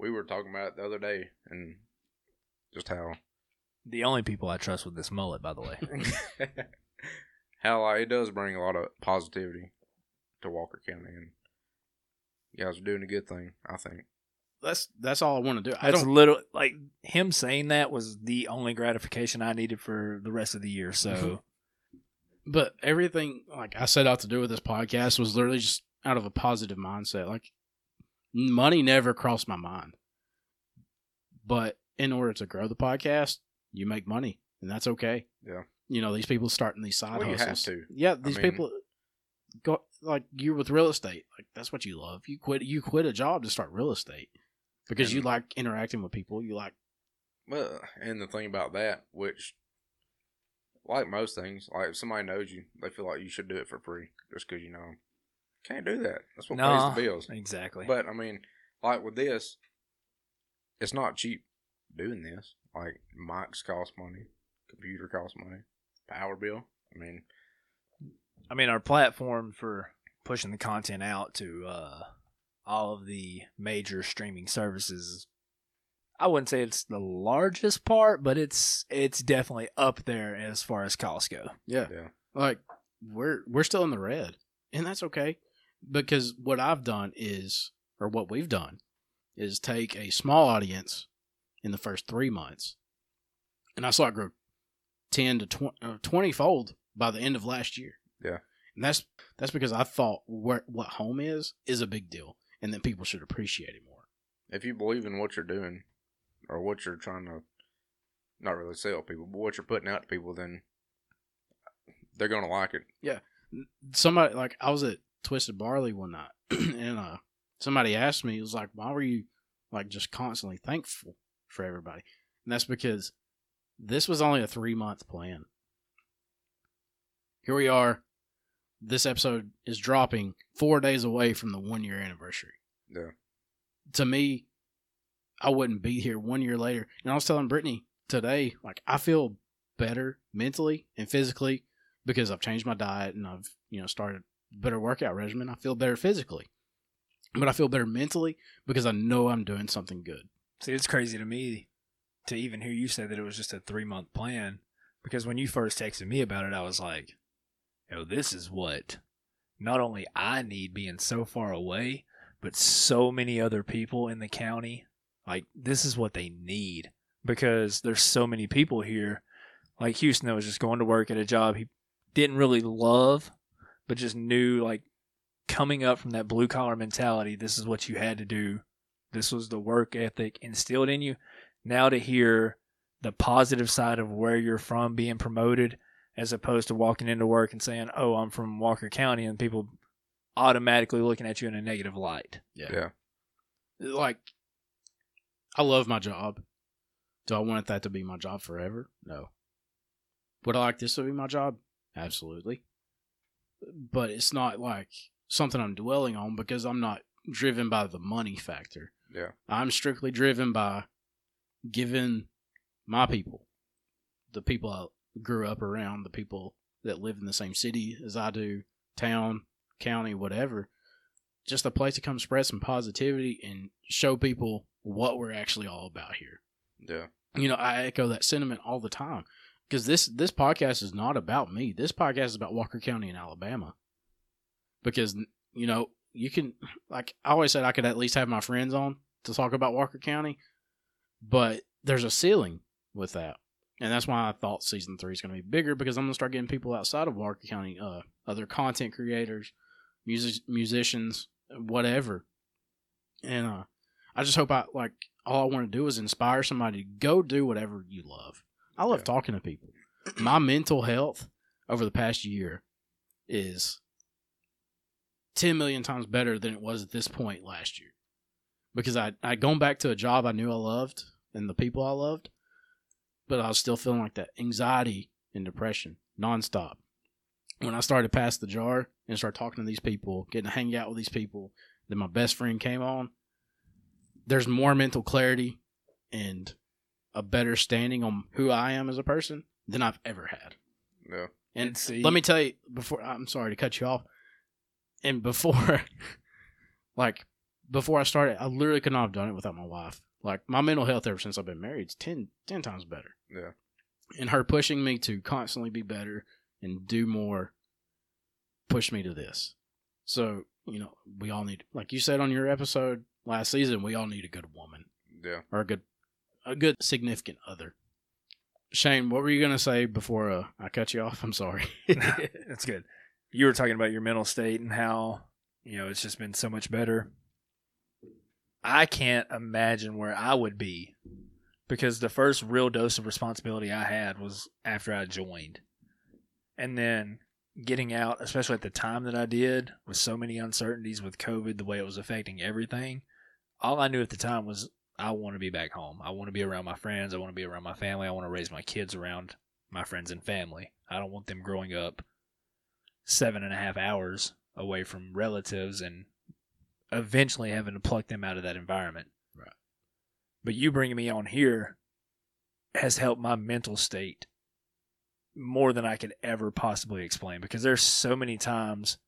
[SPEAKER 3] we were talking about it the other day, and just how
[SPEAKER 2] the only people I trust with this mullet, by the way.
[SPEAKER 3] Hell, like, it does bring a lot of positivity to Walker County, and you guys are doing a good thing, I think.
[SPEAKER 1] That's that's all I want to do. I
[SPEAKER 2] That's
[SPEAKER 1] don't
[SPEAKER 2] little like him saying that was the only gratification I needed for the rest of the year. So
[SPEAKER 1] but everything like I set out to do with this podcast was literally just out of a positive mindset. Like money never crossed my mind. But in order to grow the podcast, you make money and that's okay.
[SPEAKER 3] Yeah.
[SPEAKER 1] You know, these people starting these side
[SPEAKER 3] Well, you have
[SPEAKER 1] hustles.
[SPEAKER 3] to.
[SPEAKER 1] Yeah, these
[SPEAKER 3] mean-
[SPEAKER 1] people go like you with real estate. Like that's what you love. You quit you quit a job to start real estate because you
[SPEAKER 3] And-
[SPEAKER 1] like interacting with people. You like
[SPEAKER 3] Well, and the thing about that, which, like most things, like if somebody knows you, they feel like you should do it for free just because you know 'em. Can't do that. That's what
[SPEAKER 2] Nah.
[SPEAKER 3] pays the bills.
[SPEAKER 2] exactly.
[SPEAKER 3] Mm-hmm. But I mean, like with this, it's not cheap doing this. Like mics cost money, computer costs money, power bill. I mean,
[SPEAKER 2] I mean, our platform for pushing the content out to uh, all of the major streaming services. I wouldn't say it's the largest part, but it's it's definitely up there as far as costs go.
[SPEAKER 1] yeah.
[SPEAKER 3] yeah,
[SPEAKER 1] like we're we're still in the red and that's okay because what i've done is or what we've done is take a small audience in the first three months and i saw it grow 10 to 20, uh, 20 fold by the end of last year
[SPEAKER 3] Yeah.
[SPEAKER 1] and that's that's because i thought what what home is is a big deal and that people should appreciate it more
[SPEAKER 3] if you believe in what you're doing or what you're trying to not really sell people, but what you're putting out to people, then they're gonna like it.
[SPEAKER 1] somebody like I was at Twisted Barley one night, and uh, somebody asked me, it was like, "Why were you like just constantly thankful for everybody. And that's because this was only a three month plan. Here we are. This episode is dropping four days away from the one year anniversary.
[SPEAKER 3] Yeah.
[SPEAKER 1] To me, I wouldn't be here one year later. And I was telling Brittany today, like, I feel better mentally and physically because I've changed my diet and I've, you know, started better workout regimen. I feel better physically, but I feel better mentally because I know I'm doing something good.
[SPEAKER 2] See, it's crazy to me to even hear you say that it was just a three month plan because when you first texted me about it, I was like, "Yo, this is what not only I need being so far away, but so many other people in the county. Like, this is what they need because there's so many people here. Like Houston that was just going to work at a job he didn't really love, but just knew like coming up from that blue collar mentality, this is what you had to do. This was the work ethic instilled in you. Now to hear the positive side of where you're from being promoted as opposed to walking into work and saying, "Oh, I'm from Walker County," and people automatically looking at you in a negative light.
[SPEAKER 3] Yeah.
[SPEAKER 1] Like, I love my job. Do I want that to be my job forever? No. Would I like this to be my job? Absolutely. But it's not like something I'm dwelling on because I'm not driven by the money factor.
[SPEAKER 3] Yeah.
[SPEAKER 1] I'm strictly driven by giving my people, the people I grew up around, the people that live in the same city as I do, town, county, whatever, just a place to come spread some positivity and show people what we're actually all about here.
[SPEAKER 3] Yeah.
[SPEAKER 1] You know, I echo that sentiment all the time because this this podcast is not about me. This podcast is about Walker County in Alabama. Because you know, you can like I always said I could at least have my friends on to talk about Walker County, but there's a ceiling with that. And that's why I thought season three is going to be bigger because I'm going to start getting people outside of Walker County, uh, other content creators, music musicians, whatever. And uh, I just hope I like all I want to do is inspire somebody to go do whatever you love. I love
[SPEAKER 3] Yeah.
[SPEAKER 1] talking to people. My mental health over the past year is 10 million times better than it was at this point last year because I I gone back to a job I knew I loved and the people I loved, but I was still feeling like that anxiety and depression nonstop. When I started past the jar and started talking to these people, getting to hang out with these people, then my best friend came on. There's more mental clarity and a better standing on who I am as a person than I've ever had.
[SPEAKER 3] Yeah.
[SPEAKER 1] And
[SPEAKER 2] And see-
[SPEAKER 1] let me tell you before I'm sorry to cut you off. And before like before I started, I literally could not have done it without my wife. Like my mental health ever since I've been married is 10, 10 times better.
[SPEAKER 3] Yeah.
[SPEAKER 1] And her pushing me to constantly be better and do more pushed me to this. So, you know, we all need like you said on your episode last season, we all need a good woman
[SPEAKER 3] Yeah.
[SPEAKER 1] or a good a good significant other. Shane, what were you gonna say before uh, I cut you off? I'm sorry.
[SPEAKER 2] That's good. You were talking about your mental state and how, you know, it's just been so much better. I can't imagine where I would be because the first real dose of responsibility I had was after I joined. And then getting out, especially at the time that I did, with so many uncertainties with COVID, the way it was affecting everything, all I knew at the time was I want to be back home. I want to be around my friends. I want to be around my family. I want to raise my kids around my friends and family. I don't want them growing up seven and a half hours away from relatives and eventually having to pluck them out of that environment.
[SPEAKER 1] Right.
[SPEAKER 2] But you bringing me on here has helped my mental state more than I could ever possibly explain because there's so many times,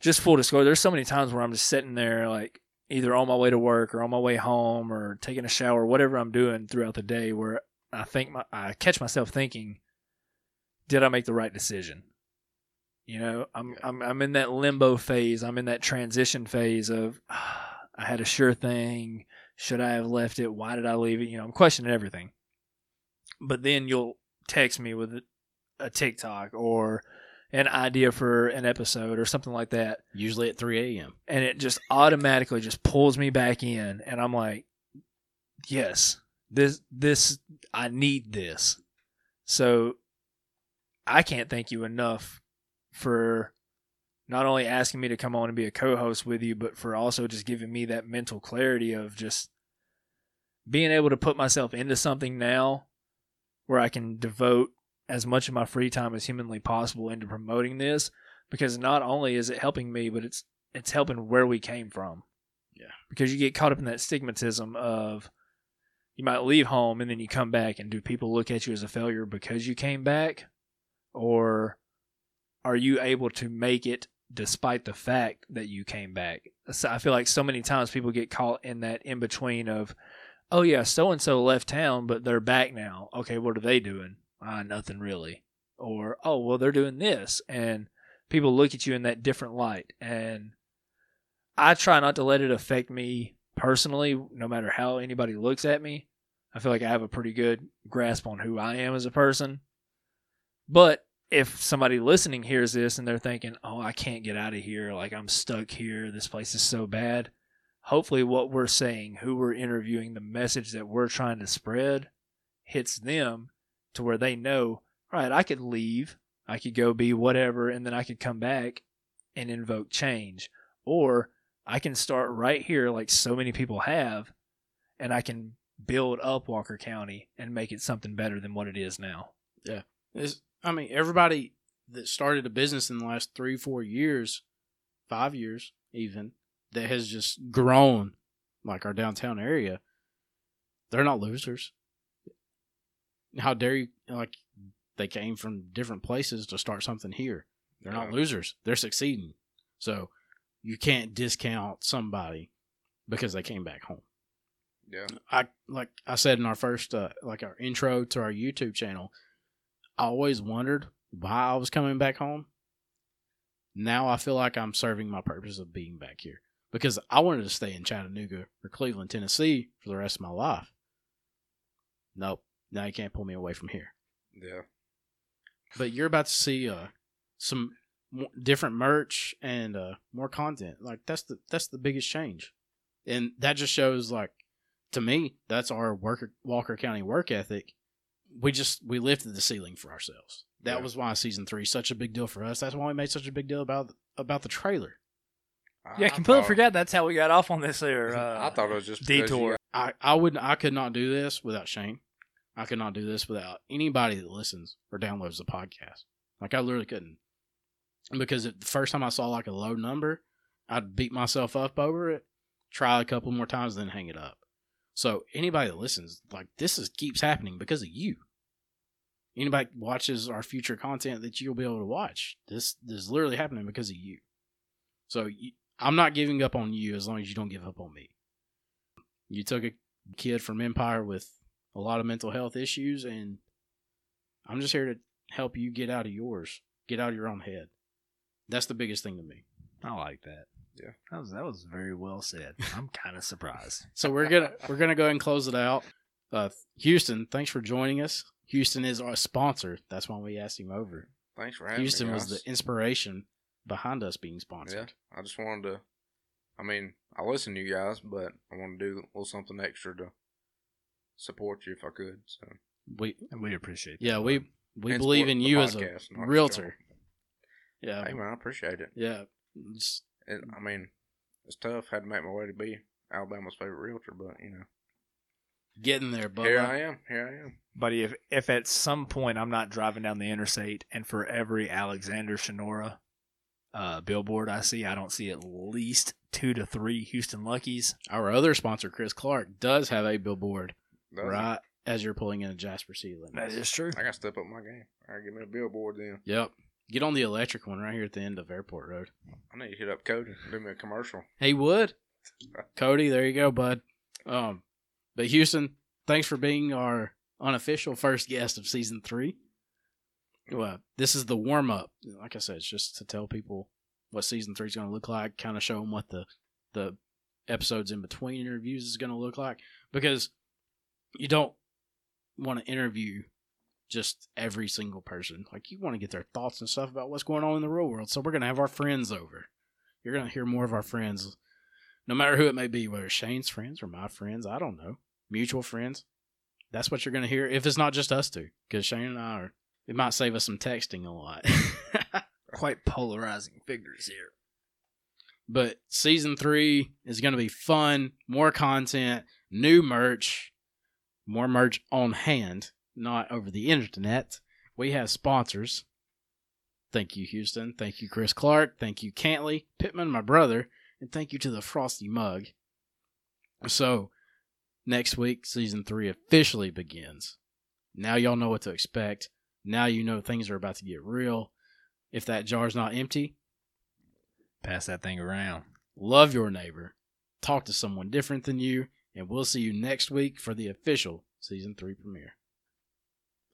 [SPEAKER 2] just full disclosure, there's so many times where I'm just sitting there like, Either on my way to work or on my way home or taking a shower, whatever I'm doing throughout the day, where I think my I catch myself thinking, did I make the right decision? You know, I'm I'm I'm in that limbo phase. I'm in that transition phase of ah, I had a sure thing. Should I have left it? Why did I leave it? You know, I'm questioning everything. But then you'll text me with a TikTok or an idea for an episode or something like that
[SPEAKER 1] Usually at 3 a.m.
[SPEAKER 2] and it just automatically just pulls me back in and i'm like yes this this i need this so i can't thank you enough for not only asking me to come on and be a co-host with you, but for also just giving me that mental clarity of just being able to put myself into something now where I can devote as much of my free time as humanly possible into promoting this because not only is it helping me, but it's it's helping where we came from.
[SPEAKER 1] Yeah.
[SPEAKER 2] Because you get caught up in that stigmatism of you might leave home and then you come back and do people look at you as a failure because you came back or are you able to make it despite the fact that you came back? So I feel like so many times people get caught in that in between of, oh yeah, so and so left town, but they're back now. Okay, what are they doing? Ah, nothing really. Or oh well, they're doing this, and people look at you in that different light. And I try not to let it affect me personally, no matter how anybody looks at me. I feel like I have a pretty good grasp on who I am as a person. But if somebody listening hears this and they're thinking, "Oh, I can't get out of here. Like I'm stuck here. This place is so bad." Hopefully what we're saying, who we're interviewing, the message that we're trying to spread hits them to where they know, "All right, I could leave. I could go be whatever and then I could come back and invoke change." Or I can start right here like so many people have and I can build up Walker County and make it something better than what it is now.
[SPEAKER 1] It's, I mean, everybody that started a business in the last three, four years, five years even, that has just grown, like our downtown area, they're not losers. How dare you? Like, they came from different places to start something here. They're not
[SPEAKER 3] Yeah.
[SPEAKER 1] losers. They're succeeding. So you can't discount somebody because they came back home.
[SPEAKER 3] Yeah.
[SPEAKER 1] I like I said in our first uh, like our intro to our YouTube channel, I always wondered why I was coming back home. Now I feel like I'm serving my purpose of being back here because I wanted to stay in Chattanooga or Cleveland, Tennessee for the rest of my life. Nope, now you can't pull me away from here.
[SPEAKER 3] Yeah.
[SPEAKER 1] But you're about to see uh, some mo different merch and uh, more content. Like that's the that's the biggest change, and that just shows like to me that's our worker Walker County work ethic. We just we lifted the ceiling for ourselves. That
[SPEAKER 3] Yeah.
[SPEAKER 1] was why season three is such a big deal for us. That's why we made such a big deal about about the trailer.
[SPEAKER 3] I,
[SPEAKER 2] Yeah,
[SPEAKER 3] I
[SPEAKER 2] completely
[SPEAKER 3] thought-
[SPEAKER 2] forgot that's how we got off on this there. Uh,
[SPEAKER 3] I thought it was just because you
[SPEAKER 2] detour.
[SPEAKER 3] got-
[SPEAKER 1] I I would I could not do this without Shane. I could not do this without anybody that listens or downloads the podcast. Like I literally couldn't, because if the first time I saw like a low number, I'd beat myself up over it, try a couple more times, then hang it up. So anybody that listens, like this is keeps happening because of you. Anybody watches our future content that you'll be able to watch, this, this is literally happening because of you. So you, I'm not giving up on you as long as you don't give up on me you took a kid from Empire with a lot of mental health issues, and I'm just here to help you get out of yours, get out of your own head. That's the biggest thing to me.
[SPEAKER 2] I like that.
[SPEAKER 3] Yeah.
[SPEAKER 2] that was that was very well said. I'm kind of surprised.
[SPEAKER 1] So we're gonna we're gonna go ahead and close it out. Uh, Houston, thanks for joining us. Houston is our sponsor. That's why we asked him over.
[SPEAKER 3] Thanks for having
[SPEAKER 1] Houston
[SPEAKER 3] me.
[SPEAKER 1] was the
[SPEAKER 3] guys.
[SPEAKER 1] inspiration behind us being sponsored.
[SPEAKER 3] Yeah, I just wanted to. I mean, I listen to you guys, but I want to do a little something extra to support you if I could. So
[SPEAKER 1] We
[SPEAKER 2] And we appreciate.
[SPEAKER 1] yeah we we
[SPEAKER 3] And
[SPEAKER 1] believe
[SPEAKER 3] support
[SPEAKER 1] in
[SPEAKER 3] the
[SPEAKER 1] you as a
[SPEAKER 3] podcast, not just
[SPEAKER 1] realtor. Yeah
[SPEAKER 3] y'all. Hey man, I appreciate it.
[SPEAKER 1] yeah. Just-
[SPEAKER 3] it. I mean, it's tough. Had to make my way to be Alabama's favorite realtor, but you know,
[SPEAKER 1] Getting there, but
[SPEAKER 3] here I am. Here I am.
[SPEAKER 2] buddy. If if at some point I'm not driving down the interstate and for every Alexander Shinora uh, billboard I see, I don't see at least two to three Houston Luckies.
[SPEAKER 1] our other sponsor, Chris Clark, does have a billboard
[SPEAKER 3] That's-
[SPEAKER 1] right as you're pulling into Jasper City limits.
[SPEAKER 2] true.
[SPEAKER 3] I gotta step up my game. All right, give me a billboard then.
[SPEAKER 1] Yep. Get on the electric one right here at the end of Airport Road.
[SPEAKER 3] I need to hit up Cody. Do me a commercial.
[SPEAKER 1] Hey Wood, Cody, there you go, bud. Um, but Houston, thanks for being our unofficial first guest of season three. Well, this is the warm up. Like I said, it's just to tell people what season three is going to look like, kind of show them what the the episodes in between interviews is going to look like, because you don't want to interview just every single person. Like you want to get their thoughts and stuff about what's going on in the real world. So we're going to have our friends over. You're going to hear more of our friends, no matter who it may be, whether it's Shane's friends or my friends. I don't know. Mutual friends. That's what you're going to hear if it's not just us two, because Shane and I are. It might save us some texting a lot.
[SPEAKER 2] quite polarizing figures here.
[SPEAKER 1] But season three is going to be fun, more content, new merch, more merch on hand, not over the internet. We have sponsors. Thank you, Houston. Thank you, Chris Clark. Thank you, Cantley, Pittman, my brother. And thank you to the Frosty Mug. So, next week, season three officially begins. Now y'all know what to expect. Now you know things are about to get real. If that jar's not empty,
[SPEAKER 2] Pass that thing around.
[SPEAKER 1] love your neighbor, talk to someone different than you, and we'll see you next week for the official season three premiere.